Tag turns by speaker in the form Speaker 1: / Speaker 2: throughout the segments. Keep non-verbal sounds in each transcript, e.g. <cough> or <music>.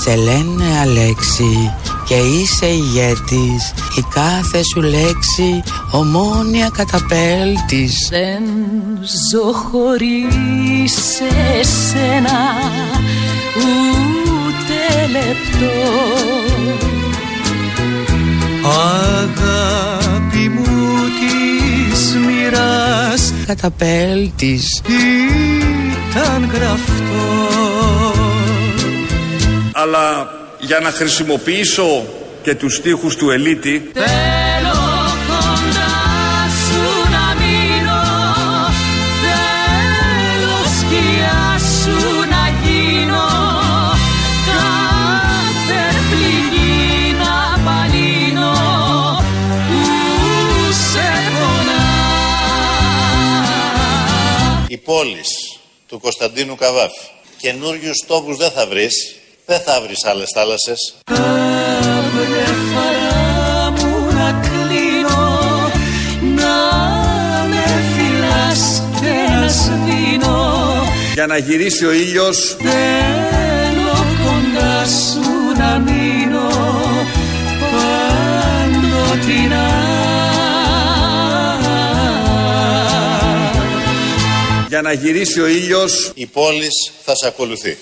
Speaker 1: Σε λένε Αλέξη και είσαι ηγέτης Η κάθε σου λέξη ομόνια καταπέλτης
Speaker 2: Δεν ζω χωρίς εσένα ούτε λεπτό
Speaker 3: Αγάπη μου της μοιράς
Speaker 1: Καταπέλτης
Speaker 3: ήταν γραφτός
Speaker 4: αλλά για να χρησιμοποιήσω και τους στίχους του Ελίτη
Speaker 2: Θέλω κοντά σου να μείνω Θέλω σκιά σου να γίνω Κάθε πληγή να παλύνω Που σε πονά
Speaker 5: Οι πόλεις του Κωνσταντίνου Καβάφη καινούριους τόπους δεν θα βρεις δεν θα βρεις άλλες θάλασσες
Speaker 2: Αυνεφαρά μου να κλείνω Να με φυλάς και να σβήνω
Speaker 4: για να γυρίσει ο ήλιος
Speaker 2: Θέλω κοντά σου να μείνω Παντοτινά
Speaker 4: για να γυρίσει ο ήλιος
Speaker 5: η πόλης θα σε ακολουθεί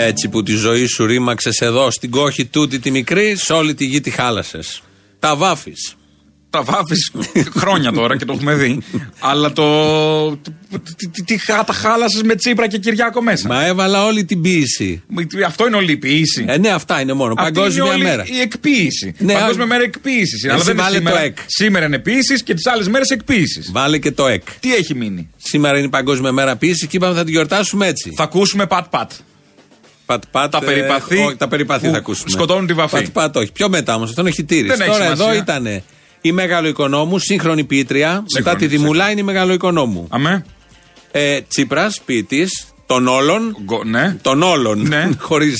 Speaker 6: Έτσι που τη ζωή σου ρήμαξες εδώ στην κόχη τούτη τη μικρή, σε όλη τη γη τη χάλασες. Τα βάφεις.
Speaker 7: Τα βάφεις χρόνια τώρα και το έχουμε δει. Αλλά το. Τι, τι, τι χα- τα χάλασες με Τσίπρα και Κυριάκο μέσα.
Speaker 6: Μα έβαλα όλη την ποιήση.
Speaker 7: Αυτό είναι όλη η ποιήση.
Speaker 6: Ε, ναι, αυτά είναι μόνο.
Speaker 7: Αυτή
Speaker 6: Παγκόσμια
Speaker 7: είναι όλη
Speaker 6: μέρα.
Speaker 7: Η εκποίηση.
Speaker 6: Ναι,
Speaker 7: Παγκόσμια
Speaker 6: α-
Speaker 7: μέρα εκποίησης.
Speaker 6: Εσύ βάλε το εκ.
Speaker 7: Σήμερα είναι ποιήση και τις άλλες μέρες εκποίησης.
Speaker 6: Βάλε και το εκ.
Speaker 7: Τι έχει μείνει.
Speaker 6: Σήμερα είναι η Παγκόσμια Μέρα Ποιήσης και είπαμε θα την γιορτάσουμε έτσι.
Speaker 7: Θα ακούσουμε πατ-πατ.
Speaker 6: Πατ, πατ,
Speaker 7: Τα
Speaker 6: ε,
Speaker 7: περιπαθή
Speaker 6: όχι, τα περιπαθή
Speaker 7: που
Speaker 6: θα ακούσουμε.
Speaker 7: σκοτώνουν τη βαφή.
Speaker 6: Πατ, πατ, όχι. Πιο μετά όμως, αυτό είναι χιτήρι.
Speaker 7: Δεν έχει
Speaker 6: Τώρα εδώ
Speaker 7: σημασία.
Speaker 6: ήταν η Μεγάλο Οικονόμου, σύγχρονη ποιήτρια. Μετά τη Δημουλά είναι η Μεγάλο Οικονόμου.
Speaker 7: Αμέ.
Speaker 6: Ε, Τσίπρας, ποιητής των όλων.
Speaker 7: Γκο- ναι.
Speaker 6: Των όλων. <laughs>
Speaker 7: Ναι.
Speaker 6: Χωρίς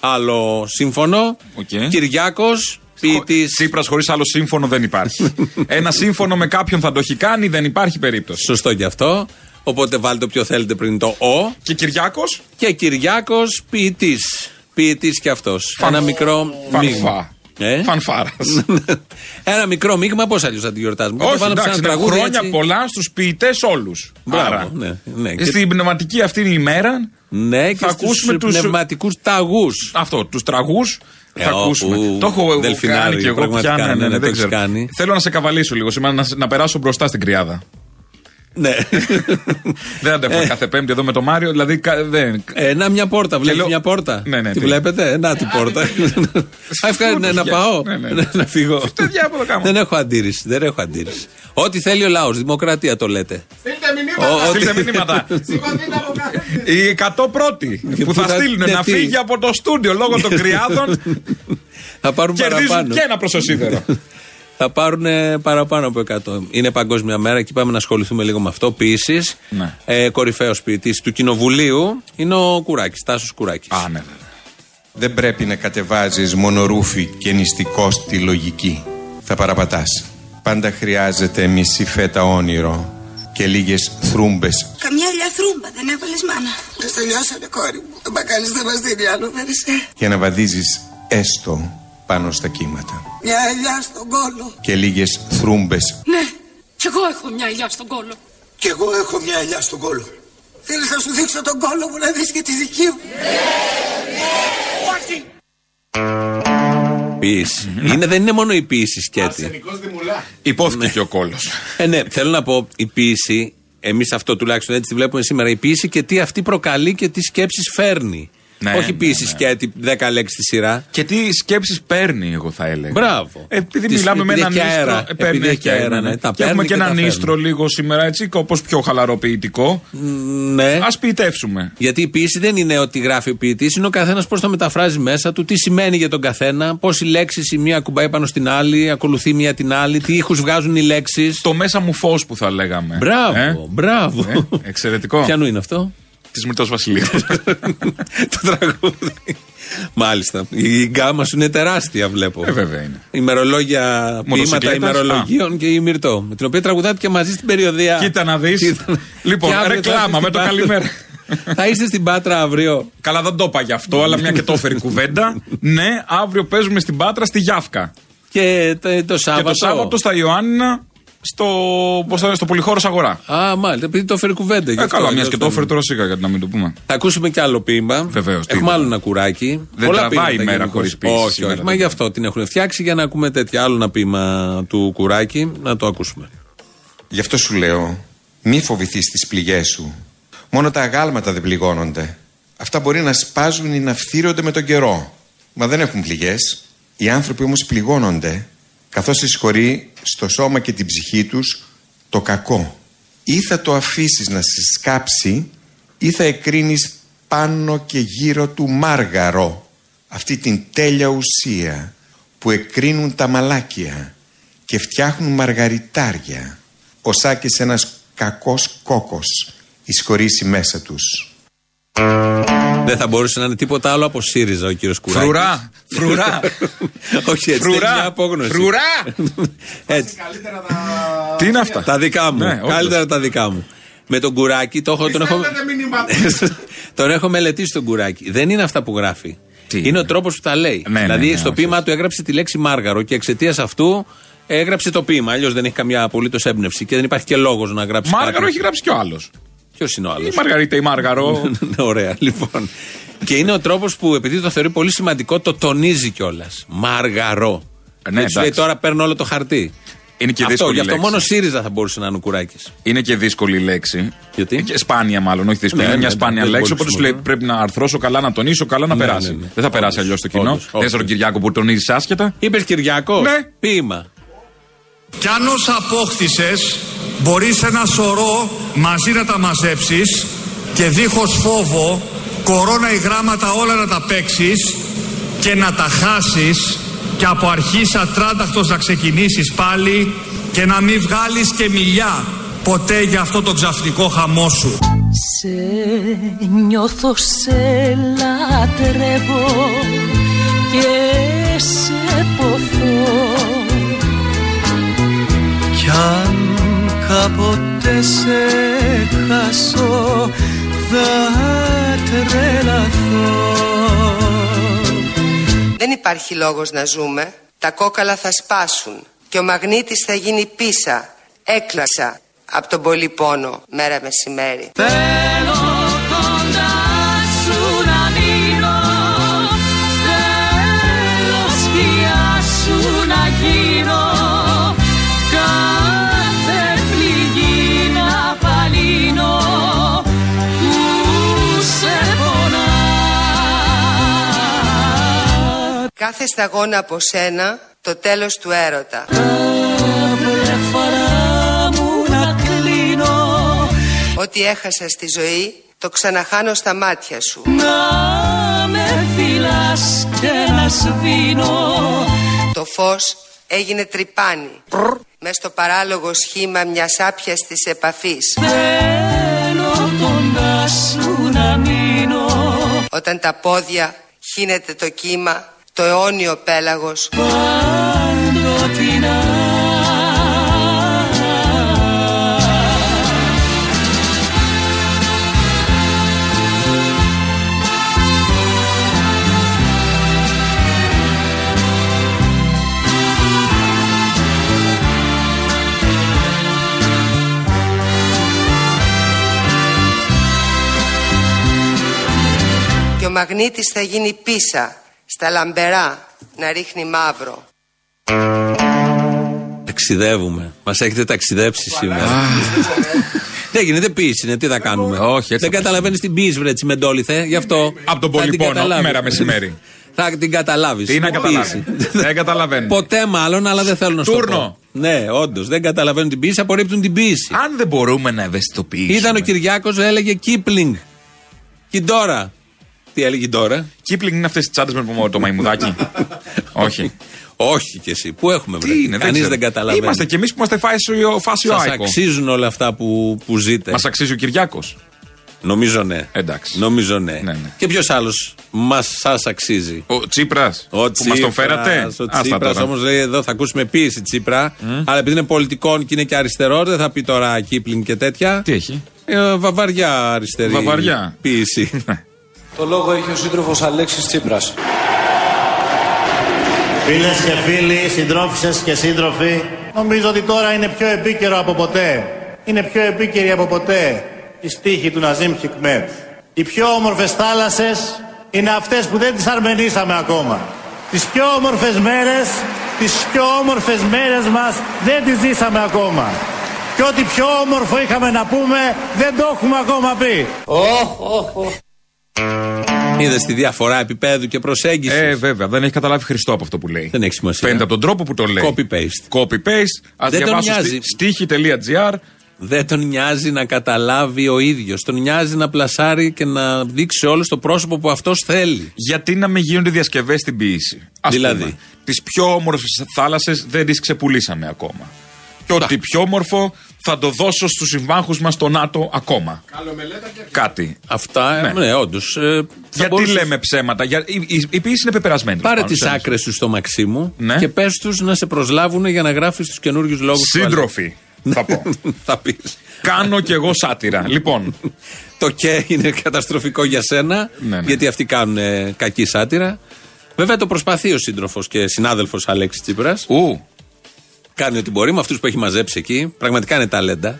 Speaker 6: άλλο σύμφωνο.
Speaker 7: Οκ.
Speaker 6: Κυριάκος, ποιητής.
Speaker 7: Τσίπρας χωρίς άλλο σύμφωνο δεν
Speaker 6: <laughs>
Speaker 7: υπάρχει. Ένα σύμφωνο με κάποιον θα το έχει κάνει, δεν υπάρχει περίπτωση.
Speaker 6: Σωστό κι αυτό. Οπότε βάλτε όποιο θέλετε πριν το ο.
Speaker 7: Και Κυριάκος.
Speaker 6: Και Κυριάκος, ποιητής. Ποιητής κι αυτό. Ένα μικρό. μείγμα.
Speaker 7: Φανφά.
Speaker 6: Ε?
Speaker 7: Φανφάρας.
Speaker 6: <laughs> Ένα μικρό μείγμα, πώς αλλιώς θα τη γιορτάζουμε. Και το
Speaker 7: Όχι,
Speaker 6: βάλαμε σε
Speaker 7: εντάξει,
Speaker 6: ένα
Speaker 7: είναι
Speaker 6: τραγούδι
Speaker 7: χρόνια
Speaker 6: έτσι.
Speaker 7: πολλά στους ποιητές όλους.
Speaker 6: Μπράβο, ναι, ναι. Και-
Speaker 7: ε, Στην πνευματική αυτή η ημέρα.
Speaker 6: Ναι, και
Speaker 7: θα ακούσουμε
Speaker 6: στου
Speaker 7: τους.
Speaker 6: πνευματικούς ταγούς.
Speaker 7: Αυτό, τους τραγούς
Speaker 6: Ε,
Speaker 7: θα
Speaker 6: ο,
Speaker 7: ακούσουμε.
Speaker 6: ου,
Speaker 7: το έχω
Speaker 6: δελφινάρι,
Speaker 7: κάνει και εγώ
Speaker 6: πραγματικά,
Speaker 7: πια. Ναι,
Speaker 6: ναι,
Speaker 7: ναι,
Speaker 6: ναι, το
Speaker 7: δεν
Speaker 6: έχεις
Speaker 7: ξέρω.
Speaker 6: κάνει.
Speaker 7: Θέλω να σε καβαλήσω λίγο σήμερα, να, σε- να περάσω μπροστά στην κρυάδα.
Speaker 6: Ναι.
Speaker 7: <laughs> δεν αντέχω
Speaker 6: Ε.
Speaker 7: κάθε Πέμπτη εδώ με τον Μάριο, δηλαδή. κα- δεν,
Speaker 6: Ε, να μια πόρτα, βλέπεις
Speaker 7: λέω-
Speaker 6: μια πόρτα.
Speaker 7: Ναι, ναι,
Speaker 6: τη
Speaker 7: τι- ναι,
Speaker 6: βλέπετε, να την πόρτα. <laughs> Α, ευχαριστώ, ναι, να
Speaker 7: Φούρνος,
Speaker 6: πάω,
Speaker 7: ναι, ναι.
Speaker 6: <laughs> να- να φύγω.
Speaker 7: Φταίει, διάβολο, κάμα.
Speaker 6: Δεν έχω αντίρρηση, δεν έχω αντίρρηση. Ό,τι θέλει ο λαός, δημοκρατία το λέτε. Ό, ό,τι-
Speaker 7: Στείλτε
Speaker 6: <laughs>
Speaker 7: μηνύματα. Οι 100 πρώτοι που
Speaker 6: που
Speaker 7: θα
Speaker 6: θα-
Speaker 7: στείλουν
Speaker 6: ναι,
Speaker 7: να
Speaker 6: τι.
Speaker 7: φύγει από το στούντιο λόγω
Speaker 6: <laughs>
Speaker 7: των κρυάδων
Speaker 6: Θα πάρουν
Speaker 7: κερδίζουν
Speaker 6: παραπάνω.
Speaker 7: και ένα προσωσίδερο.
Speaker 6: Θα πάρουν παραπάνω από 100. Είναι Παγκόσμια Μέρα και πάμε να ασχοληθούμε λίγο με αυτό. Ποιήσεις.
Speaker 7: Ναι.
Speaker 6: Ε, Κορυφαίος ποιητής του Κοινοβουλίου είναι ο Κουράκης, Τάσος Κουράκης.
Speaker 7: Α, ναι,
Speaker 8: Δεν πρέπει να κατεβάζεις μονορούφι και νηστικός τη λογική. Θα παραπατάς. Πάντα χρειάζεται μισή φέτα όνειρο και λίγες θρούμπες.
Speaker 9: Καμιά ηλιά θρούμπα δεν έβαλες μάνα. Δεν στελειώσανε κόρη μου. Το μπακάλι δεν μας δίνει άλλο δεν
Speaker 10: Ναι.
Speaker 9: είσαι.
Speaker 8: και να βαδίζεις έστω πάνω στα κύματα.
Speaker 9: Μια ηλιά στον κόλο.
Speaker 8: Και λίγες θρούμπες.
Speaker 10: Ναι, κι εγώ έχω μια ηλιά στον κόλο.
Speaker 9: Κι εγώ έχω μια ηλιά στον κόλο. Θέλεις να σου δείξω τον κόλο μου να δεις και τη δική μου.
Speaker 6: Ποιήση. είναι, δεν είναι μόνο η ποιήση
Speaker 7: ε,
Speaker 6: σκέτη.
Speaker 7: Υπόθηκε και ο κόλος.
Speaker 6: Ε, ναι, θέλω να πω, η ποιήση, εμείς αυτό τουλάχιστον έτσι τη βλέπουμε σήμερα, η ποιήση και τι αυτή προκαλεί και τι σκέψεις φέρνει.
Speaker 7: Ναι,
Speaker 6: Όχι
Speaker 7: ναι,
Speaker 6: ποιήση
Speaker 7: ναι.
Speaker 6: σκέτη, 10 λέξεις στη σειρά.
Speaker 7: Και τι σκέψεις παίρνει, εγώ θα έλεγα. Ε,
Speaker 6: Μπράβο.
Speaker 7: Επειδή
Speaker 6: Τις-
Speaker 7: μιλάμε με
Speaker 6: επειδή
Speaker 7: έναν
Speaker 6: έχει αέρα.
Speaker 7: ίστρο.
Speaker 6: Επειδή έχει αέρα, ναι. Τα
Speaker 7: Και έχουμε και
Speaker 6: παίρνει και τα
Speaker 7: έναν
Speaker 6: φέρνει.
Speaker 7: ίστρο λίγο σήμερα, έτσι, κάπω πιο χαλαροποιητικό.
Speaker 6: Ναι.
Speaker 7: Ας ποιητεύσουμε.
Speaker 6: Γιατί η ποιήση δεν είναι ότι γράφει ο ποιητής, είναι ο καθένας πώς το μεταφράζει μέσα του, τι σημαίνει για τον καθένα, πώ οι λέξει η μία κουμπάει πάνω στην άλλη, ακολουθεί η μία την άλλη, τι ήχους βγάζουν οι λέξεις.
Speaker 7: Το μέσα μου φως που θα λέγαμε.
Speaker 6: Μπράβο,
Speaker 7: Ε,
Speaker 6: μπράβο.
Speaker 7: ε, εξαιρετικό.
Speaker 6: Ποιανού είναι αυτό,
Speaker 7: Της Μητρός Βασιλείου.
Speaker 6: το τραγούδι. Μάλιστα. Η γκάμα σου είναι τεράστια, βλέπω.
Speaker 7: Ε, βέβαια είναι.
Speaker 6: Ημερολόγια, ποίηματα
Speaker 7: Μοτοσυκλέτας,
Speaker 6: ημερολογίων και η Μυρτό. Με την οποία τραγουδάτε και μαζί στην περιοδία.
Speaker 7: Κοίτα να δεις.
Speaker 6: Κοίτα.
Speaker 7: Λοιπόν,
Speaker 6: Και αύριο θα
Speaker 7: ρεκλάμα
Speaker 6: έρθεις
Speaker 7: με το
Speaker 6: στην Πάτο.
Speaker 7: καλημέρα.
Speaker 6: Θα είστε στην Πάτρα αύριο.
Speaker 7: Καλά, δεν το είπα γι' αυτό, αλλά μια και το έφερε η κουβέντα. Ναι, αύριο παίζουμε στην Πάτρα στη Γιάφκα.
Speaker 6: Και τε- το
Speaker 7: Και
Speaker 6: Σάββατο.
Speaker 7: το Σάββατο στα Ιωάννα στο, πώς θα είναι, στο Πολυχώρος Αγορά.
Speaker 6: Α, μάλιστα, επειδή το έφερε κουβέντα. γι'
Speaker 7: Ε,
Speaker 6: αυτό,
Speaker 7: καλά, μιας και
Speaker 6: γι' αυτό
Speaker 7: το έφερε τώρα σίγα, γιατί να μην το πούμε.
Speaker 6: Θα ακούσουμε κι άλλο ποίημα.
Speaker 7: Βεβαίως, τι
Speaker 6: Έχουμε
Speaker 7: είναι.
Speaker 6: άλλο ένα κουράκι.
Speaker 7: Δεν τραβάει
Speaker 6: ποίηματα
Speaker 7: η μέρα
Speaker 6: γενικώς.
Speaker 7: χωρίς ποίηση
Speaker 6: Όχι,
Speaker 7: σήμερα,
Speaker 6: όχι. Μα
Speaker 7: δεν
Speaker 6: γι' αυτό την έχουν φτιάξει για να ακούμε τέτοια. Άλλο ένα ποίημα του κουράκι. Να το ακούσουμε.
Speaker 8: Γι' αυτό σου λέω, μη φοβηθείς τις πληγές σου. Μόνο τα αγάλματα δεν πληγώνονται. Αυτά μπορεί να σπάζουν ή να φθύρονται με τον καιρό. Μα δεν έχουν πληγές. Οι άνθρωποι όμως πληγώνονται, καθώς συσχωρεί στο σώμα και την ψυχή τους το κακό. Ή θα το αφήσεις να σε σκάψει, ή θα εκρίνεις πάνω και γύρω του μάργαρο. Αυτή την τέλεια ουσία που εκρίνουν τα μαλάκια και φτιάχνουν μαργαριτάρια. Ο Σάκης ένας κακός κόκος ισχωρήσει μέσα τους.
Speaker 6: Δεν θα μπορούσε να είναι τίποτα άλλο από ΣΥΡΙΖΑ ο κύριος Κουράκης.
Speaker 7: Φρουρά, φρουρά.
Speaker 6: <laughs> Όχι έτσι.
Speaker 7: Φρουρά,
Speaker 6: Φρουρά. Μια απόγνωση.
Speaker 7: φρουρά.
Speaker 6: <laughs> έτσι.
Speaker 7: Τι είναι αυτά.
Speaker 6: Τα δικά μου.
Speaker 7: Ναι, όντως.
Speaker 6: Καλύτερα τα δικά μου. Με τον κουράκι το έχω, τον, έχω... <laughs> τον έχω μελετήσει τον κουράκι. Δεν είναι αυτά που γράφει.
Speaker 7: Τι
Speaker 6: είναι
Speaker 7: είναι?
Speaker 6: ο τρόπος που τα λέει.
Speaker 7: Ναι, ναι,
Speaker 6: δηλαδή
Speaker 7: ναι,
Speaker 6: στο
Speaker 7: όχι,
Speaker 6: ποίημα του έγραψε τη λέξη Μάργαρο και εξαιτίας αυτού έγραψε το ποίημα. Αλλιώς δεν έχει καμιά απολύτως έμπνευση και δεν υπάρχει και λόγος να γράψει.
Speaker 7: Μάργαρο έχει γράψει κι ο άλλος.
Speaker 6: Ποιος είναι ο άλλος.
Speaker 7: Η Μαργαρίτα ή
Speaker 6: <laughs>
Speaker 7: Μάργαρο.
Speaker 6: Ωραία, λοιπόν. και είναι ο τρόπος που επειδή το θεωρεί πολύ σημαντικό το τονίζει κιόλας. Μαργαρό.
Speaker 7: Ε, ναι,
Speaker 6: Και τους λέει
Speaker 7: εντάξει.
Speaker 6: τώρα παίρνω όλο το χαρτί.
Speaker 7: Είναι και
Speaker 6: αυτό,
Speaker 7: δύσκολη
Speaker 6: γι' αυτό
Speaker 7: λέξη.
Speaker 6: μόνο ΣΥΡΙΖΑ θα μπορούσε να είναι ο Κουράκης.
Speaker 7: Είναι και δύσκολη λέξη.
Speaker 6: Γιατί?
Speaker 7: Και σπάνια μάλλον, όχι δύσκολη.
Speaker 6: Ναι,
Speaker 7: είναι μια
Speaker 6: ναι, ναι,
Speaker 7: σπάνια
Speaker 6: δεν
Speaker 7: λέξη.
Speaker 6: πολύ
Speaker 7: Οπότε σου λέει
Speaker 6: χρησιμοποιούμε.
Speaker 7: πρέπει να αρθρώσω καλά, να τονίσω καλά, να
Speaker 6: Ναι,
Speaker 7: περάσει.
Speaker 6: ναι, ναι.
Speaker 7: Δεν θα περάσει
Speaker 6: Όντως,
Speaker 7: αλλιώς το κοινό.
Speaker 6: όντως,
Speaker 7: Δεν
Speaker 6: όντως.
Speaker 7: στον Κυριάκο που τονίζεις άσχετα.
Speaker 6: Είπες Κυριακό.
Speaker 7: Ναι.
Speaker 6: Ποίημα.
Speaker 11: Κι αν όσα απόκτησες μπορείς ένα σωρό μαζί να τα μαζέψεις και δίχως φόβο, κορώνα ή γράμματα όλα να τα παίξεις και να τα χάσεις και από αρχής ατράνταχτος να ξεκινήσεις πάλι και να μην βγάλεις και μιλιά ποτέ για αυτό το ξαφνικό χαμό σου.
Speaker 2: Σε νιώθω, σε λατρεύω και σε ποθώ
Speaker 3: Κι αν κάποτε σε χάσω θα τρελαθώ
Speaker 12: Δεν υπάρχει λόγος να ζούμε. Τα κόκαλα θα σπάσουν και ο μαγνήτης θα γίνει πίσα, έκλασα από τον πολύ πόνο μέρα μεσημέρι.
Speaker 2: Θέλω κοντά σου να μείνω Θέλω σκιά σου να γίνω Κάθε πληγή να παλύνω Που σε πονά
Speaker 12: Κάθε σταγόνα από σένα, το τέλος του έρωτα.
Speaker 2: Βλεφαρά μου να κλείνω
Speaker 12: Ό,τι έχασα στη ζωή, το ξαναχάνω στα μάτια σου.
Speaker 2: Να με φυλάς και να σβήνω
Speaker 12: Το φως έγινε τρυπάνι. Μες στο παράλογο σχήμα μιας άπιαστης επαφής.
Speaker 2: Θέλω κοντάς σου να μείνω
Speaker 12: Όταν τα πόδια χύνεται το κύμα, το αιώνιο πέλαγος.
Speaker 2: παντοτινά
Speaker 12: και ο μαγνήτης θα γίνει πίσα στα λαμπερά να ρίχνει μαύρο.
Speaker 6: Ταξιδεύουμε. Μας έχετε ταξιδέψει σήμερα. Δεν γίνεται ποιήση, είναι τι θα κάνουμε.
Speaker 7: Όχι, έτσι
Speaker 6: Δεν
Speaker 7: θα
Speaker 6: καταλαβαίνεις την ποιήση, βρε Τσιμεντόλιθε. Γι' αυτό.
Speaker 7: Απ' τον
Speaker 6: θα την
Speaker 7: πολυπόνο,
Speaker 6: καταλάβεις.
Speaker 7: μέρα μεσημέρι.
Speaker 6: Θα την καταλάβεις.
Speaker 7: Τι να καταλάβει. Δεν καταλαβαίνω.
Speaker 6: Ποτέ μάλλον, αλλά δεν θέλω να σου το
Speaker 7: Τούρνο.
Speaker 6: πω. Ναι, όντως. Δεν καταλαβαίνουν την ποιήση, απορρίπτουν την ποιήση.
Speaker 7: Αν δεν μπορούμε να ευαισθητοποιήσουμε.
Speaker 6: Ήταν ο Κυριάκος, έλεγε Κίπλινγκ. Κιντόρα. Τι έλεγε τώρα.
Speaker 7: Κίπλινγκ είναι αυτές τι τσάντες με το μαϊμουδάκι.
Speaker 6: <laughs>
Speaker 7: Όχι.
Speaker 6: Όχι κι εσύ. Πού έχουμε βρει.
Speaker 7: Τι είναι,
Speaker 6: Κανείς
Speaker 7: ξέρω.
Speaker 6: δεν καταλαβαίνει.
Speaker 7: Είμαστε κι εμείς που είμαστε φάση ο- φάση ο
Speaker 6: Σας
Speaker 7: Άικο.
Speaker 6: αξίζουν όλα αυτά που, που ζείτε.
Speaker 7: Μας αξίζει ο Κυριάκος.
Speaker 6: Νομίζω ναι.
Speaker 7: Εντάξει.
Speaker 6: Νομίζω ναι.
Speaker 7: Ναι, ναι.
Speaker 6: Και ποιος άλλος μας σας αξίζει.
Speaker 7: Ο Τσίπρας.
Speaker 6: Ο
Speaker 7: Που μας τον
Speaker 6: Τσίπρας,
Speaker 7: φέρατε.
Speaker 6: Ο Τσίπρα όμως λέει εδώ θα ακούσουμε ποιήση Τσίπρα. Αλλά επειδή είναι πολιτικών και είναι και αριστερό, δεν θα πει τώρα Κίπλινγκ και τέτοια. <laughs>
Speaker 7: Τι έχει. Ε,
Speaker 6: Ε, βαβαριά αριστερή.
Speaker 7: Βαβαριά.
Speaker 6: Ποιήση.
Speaker 13: Το λόγο έχει ο σύντροφος Αλέξης Τσίπρας.
Speaker 14: Φίλες και φίλοι, συντρόφισε και σύντροφοι, νομίζω ότι τώρα είναι πιο επίκαιρο από ποτέ. Είναι πιο επίκαιρη από ποτέ η στίχη του Ναζίμ Χικμέτ. Οι πιο όμορφες θάλασσες είναι αυτές που δεν τις αρμενίσαμε ακόμα. Τις πιο όμορφες μέρες, τις πιο όμορφες μέρες μας δεν τις ζήσαμε ακόμα. Και ό,τι πιο όμορφο είχαμε να πούμε δεν το έχουμε ακόμα πει.
Speaker 6: Είδες τη διαφορά επίπεδου και προσέγγισης.
Speaker 7: Ε, βέβαια, δεν έχει καταλάβει Χριστό από αυτό που λέει.
Speaker 6: Δεν έχει σημασία.
Speaker 7: Φαίνεται από τον τρόπο που το λέει.
Speaker 6: Copy-paste.
Speaker 7: Copy-paste. Ας
Speaker 6: Δεν τον
Speaker 7: διαβάσω
Speaker 6: νοιάζει.
Speaker 7: στη, στίχη.gr.
Speaker 6: Δεν τον νοιάζει να καταλάβει ο ίδιος. Τον νοιάζει να πλασάρει και να δείξει όλο το πρόσωπο που αυτός θέλει.
Speaker 7: Γιατί να μην γίνονται διασκευές στην ποιήση. Ας
Speaker 6: Δηλαδή?
Speaker 7: Πούμε, τις πιο όμορφες θάλασσες δεν τις ξεπουλήσαμε ακόμα. Και ό,τι πιο όμορφο θα το δώσω στους συμμάχους μας στο ΝΑΤΟ ακόμα. Κάτι.
Speaker 6: Αυτά, ναι,
Speaker 7: Ναι.
Speaker 6: ναι όντως.
Speaker 7: Γιατί λέμε ψέματα. Για, η, η, η ποιήση είναι πεπερασμένη.
Speaker 6: Πάρε
Speaker 7: πάνω,
Speaker 6: τις
Speaker 7: ξέρεις.
Speaker 6: άκρε του στο Μαξίμου
Speaker 7: Ναι.
Speaker 6: και πες τους να σε προσλάβουν για να γράφεις τους καινούριους λόγους.
Speaker 7: Σύντροφοι. Θα πω.
Speaker 6: <laughs> θα πεις.
Speaker 7: <laughs> Κάνω κι εγώ σάτυρα. λοιπόν.
Speaker 6: Το και είναι καταστροφικό για σένα,
Speaker 7: Ναι, ναι.
Speaker 6: γιατί αυτοί κάνουν ε, κακή σάτυρα. Βέβαια το προσπαθεί ο σύντροφος και συνάδελφος Αλέξης Τσίπρας.
Speaker 7: Ου.
Speaker 6: Κάνει ό,τι μπορεί με αυτούς που έχει μαζέψει εκεί. Πραγματικά είναι ταλέντα.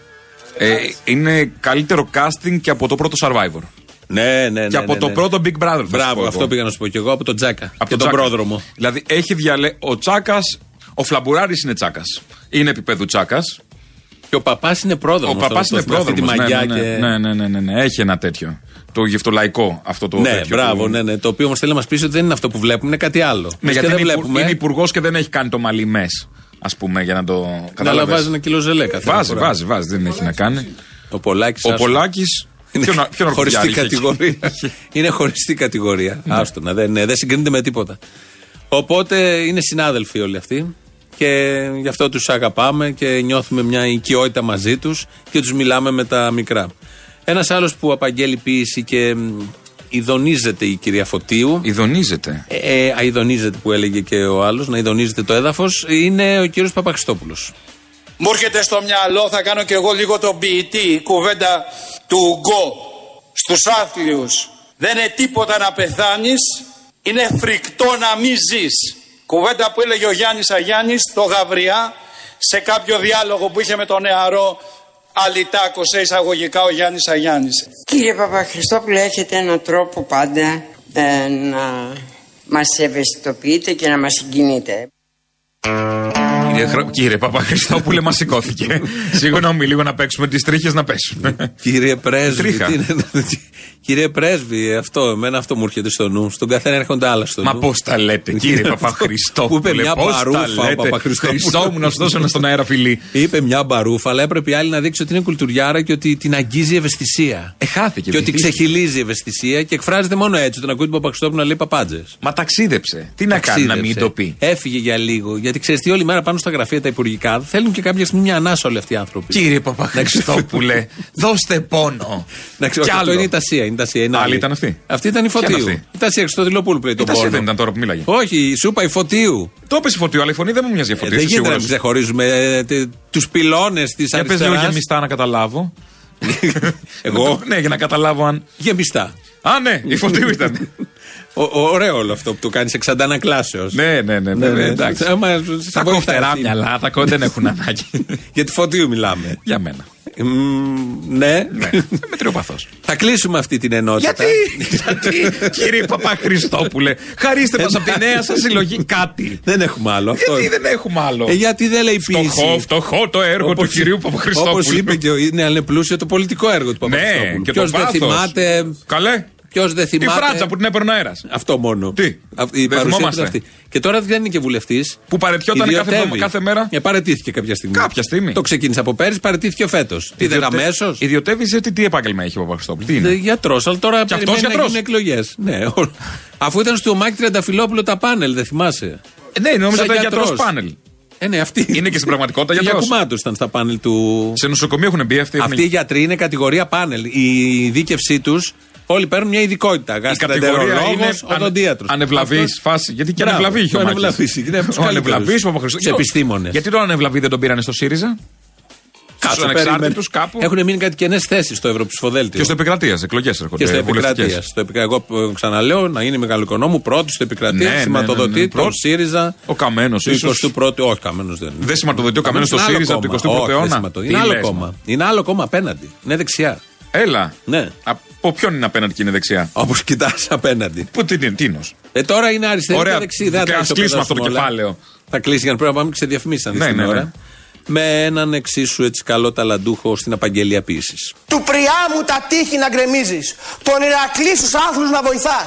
Speaker 7: Ε, είναι καλύτερο casting και από το πρώτο Survivor.
Speaker 6: Ναι, ναι, ναι.
Speaker 7: και από
Speaker 6: ναι,
Speaker 7: το
Speaker 6: ναι.
Speaker 7: πρώτο Big Brother. θα σου πω
Speaker 6: Μπράβο,
Speaker 7: εγώ.
Speaker 6: αυτό πήγα να σου πω και εγώ από τον Τζάκα. Από και τον
Speaker 7: Τσάκα.
Speaker 6: πρόδρομο.
Speaker 7: Δηλαδή έχει διαλέ... Ο Τσάκα, ο Φλαμπουράρης είναι Τσάκα. Είναι επίπεδου Τσάκα.
Speaker 6: Και ο παπάς είναι πρόδρομος.
Speaker 7: Ο παπάς είναι πρόδρομο.
Speaker 6: Τη μαγιά
Speaker 7: ναι, ναι,
Speaker 6: και...
Speaker 7: ναι, ναι, ναι, ναι, ναι, έχει ένα τέτοιο. Το γευτολαϊκό αυτό το.
Speaker 6: ναι,
Speaker 7: τέτοιο
Speaker 6: μπράβο,
Speaker 7: του-
Speaker 6: ναι, ναι. Το οποίο όμως θέλει να μας πει ότι δεν είναι αυτό που βλέπουμε, είναι κάτι άλλο.
Speaker 7: Ναι,
Speaker 6: Λες
Speaker 7: γιατί
Speaker 6: και δεν
Speaker 7: είναι,
Speaker 6: βλέπουμε.
Speaker 7: υπουργός και δεν έχει κάνει το μαλλί μες, ας πούμε, για να το
Speaker 6: Ναι, αλλά
Speaker 7: καταλάβει.
Speaker 6: βάζει ένα κιλό ζελέ κάθε
Speaker 7: Βάζει,
Speaker 6: φορά.
Speaker 7: βάζει, βάζει, δεν έχει να κάνει.
Speaker 6: Ο Πολάκης.
Speaker 7: Ο Πολάκης.
Speaker 6: Είναι <laughs> χωριστή κατηγορία. <laughs> είναι χωριστή κατηγορία. Άστο να δεν, ναι, δεν συγκρίνεται με τίποτα. Οπότε είναι συνάδελφοι όλοι αυτοί και γι' αυτό τους αγαπάμε και νιώθουμε μια οικειότητα μαζί τους και τους μιλάμε με τα μικρά. Ένας άλλος που απαγγέλει ποιήση και μ, ειδονίζεται η κυρία Φωτίου.
Speaker 7: Ειδονίζεται.
Speaker 6: Ε, ε, αειδονίζεται που έλεγε και ο άλλος, να ειδονίζεται το έδαφος, είναι ο κύριος Παπαχριστόπουλο.
Speaker 15: Μου έρχεται στο μυαλό, θα κάνω και εγώ λίγο τον ποιητή, η κουβέντα του Ουγκό στους άθλιους. Δεν είναι τίποτα να πεθάνεις, είναι φρικτό να μη ζεις. Κουβέντα που έλεγε ο Γιάννης Αγιάννης, το Γαβριά, σε κάποιο διάλογο που είχε με τον νεαρό Αλιτάκος σε εισαγωγικά ο Γιάννης Αγιάννης.
Speaker 16: Κύριε Παπαχριστόπουλε, έχετε έναν τρόπο πάντα ε, να μας ευαισθητοποιείτε και να μας συγκινείτε.
Speaker 7: Κύριε, Χρω- κύριε Παπαχριστόπουλε, μας
Speaker 6: <laughs>
Speaker 7: σηκώθηκε. Συγγνώμη, λίγο να παίξουμε τις τρίχες να πέσουμε.
Speaker 6: Κύριε Πρέσβη,
Speaker 7: Τρίχα.
Speaker 6: τι είναι, κύριε Πρέσβη, αυτό, εμένα αυτό μου έρχεται στο νου. Στον καθένα έρχονται άλλα στο νου.
Speaker 7: Μα πώς τα λέτε, κύριε Παπαχριστόπουλε.
Speaker 6: Ναι. Που είπε μια
Speaker 7: πώς τα
Speaker 6: μπαρούφα ο
Speaker 7: λέτε.
Speaker 6: Παπαχριστόπουλος.
Speaker 7: Χριστό μου, να σου δώσω ένα στον αέρα, φιλί.
Speaker 6: Είπε μια μπαρούφα, αλλά έπρεπε η άλλη να δείξει ότι είναι κουλτουριάρα και ότι την αγγίζει η ευαισθησία.
Speaker 7: Εχάθηκε.
Speaker 6: και ότι ξεχυλίζει η ευαισθησία και εκφράζεται μόνο έτσι. Τον ακούει τον Παπαξιτόπουλο να λέει παπάντζες.
Speaker 7: Μα ταξίδεψε. Τι να κάνει να μην το πει.
Speaker 6: Έφυγε για λίγο. Γιατί ξέρεις τι, όλη μέρα πάνω στα γραφεία τα υπουργικά θέλουν και κάποια στιγμή μια ανάσα όλοι αυτοί οι άνθρωποι.
Speaker 7: Κύριε Παπαχριστόπουλε, δώστε πόνο.
Speaker 6: Να ξέρω,
Speaker 7: Κι
Speaker 6: αυτό
Speaker 7: άλλο.
Speaker 6: είναι η Τασία. Είναι η τασία είναι
Speaker 7: Άλλη ήταν αυτή.
Speaker 6: Αυτή ήταν η
Speaker 7: Ποια
Speaker 6: Φωτίου.
Speaker 7: είναι
Speaker 6: Η
Speaker 7: αυτή?
Speaker 6: Τασία Χριστοδηλοπούλου που λέει τον
Speaker 7: Κοίτασε,
Speaker 6: πόνο.
Speaker 7: δεν ήταν τώρα που μίλαγε.
Speaker 6: Όχι, η σούπα η Φωτίου.
Speaker 7: Το έπεσε φωτιού, αλλά η φωνή δεν μου μοιάζει για
Speaker 6: Ε,
Speaker 7: φωτιού.
Speaker 6: δεν γίνεται να μην ξεχωρίζουμε ε, τους πυλώνες της
Speaker 7: Για πες
Speaker 6: αριστερά.
Speaker 7: λίγο Ε, γεμιστά να καταλάβω.
Speaker 6: <laughs> Εγώ.
Speaker 7: Ναι, για να καταλάβω αν.
Speaker 6: Γεμιστά.
Speaker 7: Α, ναι, η φωτιού ήταν.
Speaker 6: Ο- ο- ωραίο όλο αυτό που το κάνεις εξ αντανακλάσεω.
Speaker 7: Ναι, ναι, ναι,
Speaker 6: Ναι, ναι,
Speaker 7: βέβαια, εντάξει.
Speaker 6: άμα σε
Speaker 7: Τα
Speaker 6: βοηθάει
Speaker 7: κοφτερά
Speaker 6: αυτή.
Speaker 7: μυαλά, τα κο- δεν έχουν ανάγκη.
Speaker 6: Για τη φωτίου μιλάμε.
Speaker 7: Για μένα.
Speaker 6: Μμμ, ναι. <laughs>
Speaker 7: Με τριοπαθός.
Speaker 6: Θα κλείσουμε αυτή την ενότητα.
Speaker 7: Γιατί, γιατί, κύριε Παπαχριστόπουλε, χαρίστε μας από τη νέα σας συλλογή κάτι.
Speaker 6: Δεν έχουμε άλλο. Αυτό.
Speaker 7: Γιατί δεν έχουμε άλλο.
Speaker 6: Ε, γιατί δεν λέει
Speaker 7: Φτωχό,
Speaker 6: ποιήση.
Speaker 7: φτωχό το έργο του κυρίου Παπαχριστόπουλου.
Speaker 6: Όπως είπε και ο είναι, αλλά είναι πλούσιο το πολιτικό έργο του Παπαχριστόπουλου.
Speaker 7: Ναι, και
Speaker 6: Ποιος
Speaker 7: το
Speaker 6: δεν
Speaker 7: βάθος.
Speaker 6: θυμάται.
Speaker 7: Καλέ.
Speaker 6: Ποιος δεν
Speaker 7: Τη
Speaker 6: θυμάται.
Speaker 7: φράτσα που την έπαιρνε ο αέρας.
Speaker 6: Αυτό μόνο. Τι. Αυτή, η
Speaker 7: δεν
Speaker 6: παρουσία
Speaker 7: θυμόμαστε.
Speaker 6: του αυτή. Και τώρα δεν είναι και βουλευτής.
Speaker 7: Που παρετιόταν κάθε εβδομα- κάθε μέρα.
Speaker 6: Ε, παρετήθηκε κάποια στιγμή.
Speaker 7: Κάποια στιγμή.
Speaker 6: Το ξεκίνησε από πέρυσι, παρετήθηκε φέτος. Τι δεν
Speaker 7: Ιδιωτε-
Speaker 6: αμέσως.
Speaker 7: Ιδιωτεύησε τι, τι επάγγελμα έχει ο Παπαχριστόπουλος. Τι είναι.
Speaker 6: Γιατρό, Ε, αλλά τώρα
Speaker 7: Και αυτός
Speaker 6: περιμένει να
Speaker 7: γιατρός.
Speaker 6: γίνουν εκλογές. Ναι, ό- αφού ήταν στο Μάκη Τρενταφυλόπουλο τα πάνελ, δεν θυμάσαι.
Speaker 7: Ε, ναι, νόμιζα
Speaker 6: Σαν
Speaker 7: ήταν γιατρός
Speaker 6: γιατρός.
Speaker 7: πάνελ.
Speaker 6: Ε, ναι, αυτή.
Speaker 7: Είναι και στην πραγματικότητα
Speaker 6: Και
Speaker 7: γιατρός.
Speaker 6: Γιακουμάτος ήταν στα πάνελ του.
Speaker 7: Σε νοσοκομείο έχουν μπει αυτοί. έχουν-
Speaker 6: Αυτοί οι γιατροί είναι κατηγορία πάνελ. Η δίκευσή τους όλοι παίρνουν μια ειδικότητα.
Speaker 7: Η κατηγορία είναι
Speaker 6: Γαστρεντερολόγο, οδοντίατρο.
Speaker 7: Ανευλαβή φάση. Γιατί και ανευλαβή είχε ο Μάκης.
Speaker 6: Ανευλαβή.
Speaker 7: Ο ανευλαβή ο Παπαχριστόπουλο.
Speaker 6: επιστήμονες.
Speaker 7: Γιατί τον ανευλαβή δεν τον πήρανε στο ΣΥΡΙΖΑ. Κάτσε ανεξάρτητους κάπου.
Speaker 6: Έχουν μείνει κάτι κενές θέσεις στο Ευρωψηφοδέλτιο.
Speaker 7: Και στο επικρατείας, εκλογές έρχονται.
Speaker 6: Και στο επικρατεία.
Speaker 7: βουλευτικές.
Speaker 6: Στο επικρα- Εγώ ε, ξαναλέω να είναι μεγάλο οικονόμου πρώτο στο επικρατεία.
Speaker 7: Ναι, ναι, ναι,
Speaker 6: σηματοδοτεί
Speaker 7: ναι, ναι,
Speaker 6: τον
Speaker 7: πρώτος.
Speaker 6: ΣΥΡΙΖΑ.
Speaker 7: Ο Καμένος
Speaker 6: του
Speaker 7: ίσως.
Speaker 6: 21ου. Όχι, Καμένος δεν είναι.
Speaker 7: Δεν σηματοδοτεί ο Καμένος στο
Speaker 6: Είναι άλλο
Speaker 7: ΣΥΡΙΖΑ από τον
Speaker 6: κόμμα.
Speaker 7: 21ο
Speaker 6: Όχι,
Speaker 7: αιώνα.
Speaker 6: δεν σηματοδοτεί.
Speaker 7: Τι
Speaker 6: Είναι άλλο
Speaker 7: λες,
Speaker 6: κόμμα.
Speaker 7: μα.
Speaker 6: Είναι άλλο κόμμα απέναντι. Είναι δεξιά.
Speaker 7: Έλα.
Speaker 6: Ναι.
Speaker 7: Από ποιον είναι απέναντι και είναι δεξιά.
Speaker 6: Όπως κοιτάς απέναντι.
Speaker 7: Πού τι είναι, τίνος.
Speaker 6: Ε, τώρα είναι αριστερή
Speaker 7: Ωραία.
Speaker 6: και δεξί. Δεν θα
Speaker 7: Ας
Speaker 6: τα
Speaker 7: κλείσουμε αυτό το
Speaker 6: ξεπεράσουμε όλα.
Speaker 7: κεφάλαιο.
Speaker 6: Θα κλείσει για να πρέπει να πάμε και σε διαφημίσεις αν
Speaker 7: Ναι,
Speaker 6: ναι,
Speaker 7: ναι, ναι.
Speaker 6: ώρα. Με έναν εξίσου έτσι καλό ταλαντούχο στην απαγγελία ποιήση.
Speaker 17: Του Πριάμου τα τείχη να γκρεμίζεις. Τον Ηρακλή στους άθλου να βοηθάς.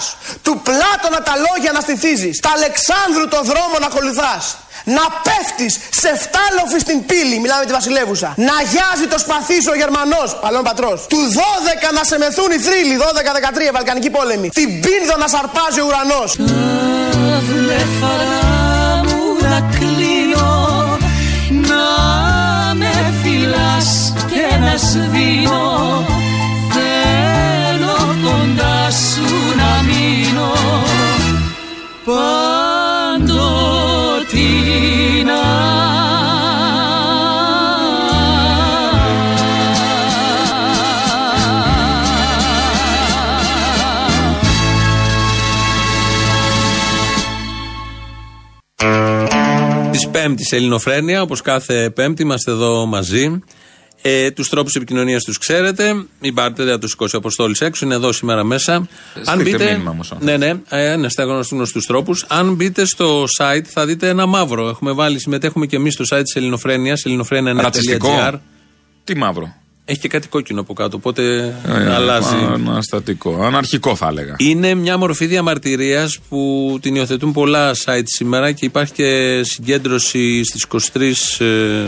Speaker 17: Του Πλάτωνα τα λόγια να στηθίζεις. Τα Αλεξάνδρου το δρόμο να ακολουθάς. Να πέφτεις σε φτάλοφη στην πύλη, μιλάμε με τη βασιλεύουσα. Να γιάζει το σπαθί σου ο Γερμανός, παλαιόν πατρός. Του 12 να σε μεθούν οι θρύλοι, 12-13 Βαλκανική πόλεμη. Την πίνδο να σαρπάζει ο ουρανός.
Speaker 2: Τα βλέφαρα μου να κλείνω Να με φυλάς και να σβήνω Θέλω κοντά σου να μείνω Παντοτινά
Speaker 6: Της Πέμπτης Ελληνοφρένεια, όπως κάθε Πέμπτη, είμαστε εδώ μαζί. Ε, τους τρόπους επικοινωνίας τους ξέρετε. Μην πάρετε, δεν θα τους σηκώσει ο Αποστόλης έξω, είναι εδώ σήμερα μέσα.
Speaker 7: Ε, Στείλτε μήνυμα όμως,
Speaker 6: Ναι, ναι, ε, ναι στα γνωστούς τρόπους. Αν μπείτε στο site, θα δείτε ένα μαύρο. Έχουμε βάλει, συμμετέχουμε και εμείς στο site της Ελληνοφρένειας, ελληνοφρένεια.gr.
Speaker 7: Ρατσιστικό. Τι μαύρο.
Speaker 6: Έχει και κάτι κόκκινο από κάτω, οπότε
Speaker 7: Ε,
Speaker 6: αλλάζει.
Speaker 7: Αναστατικό. Αναρχικό θα έλεγα.
Speaker 6: Είναι μια μορφή διαμαρτυρίας που την υιοθετούν πολλά site σήμερα και υπάρχει και συγκέντρωση στις 23 ε,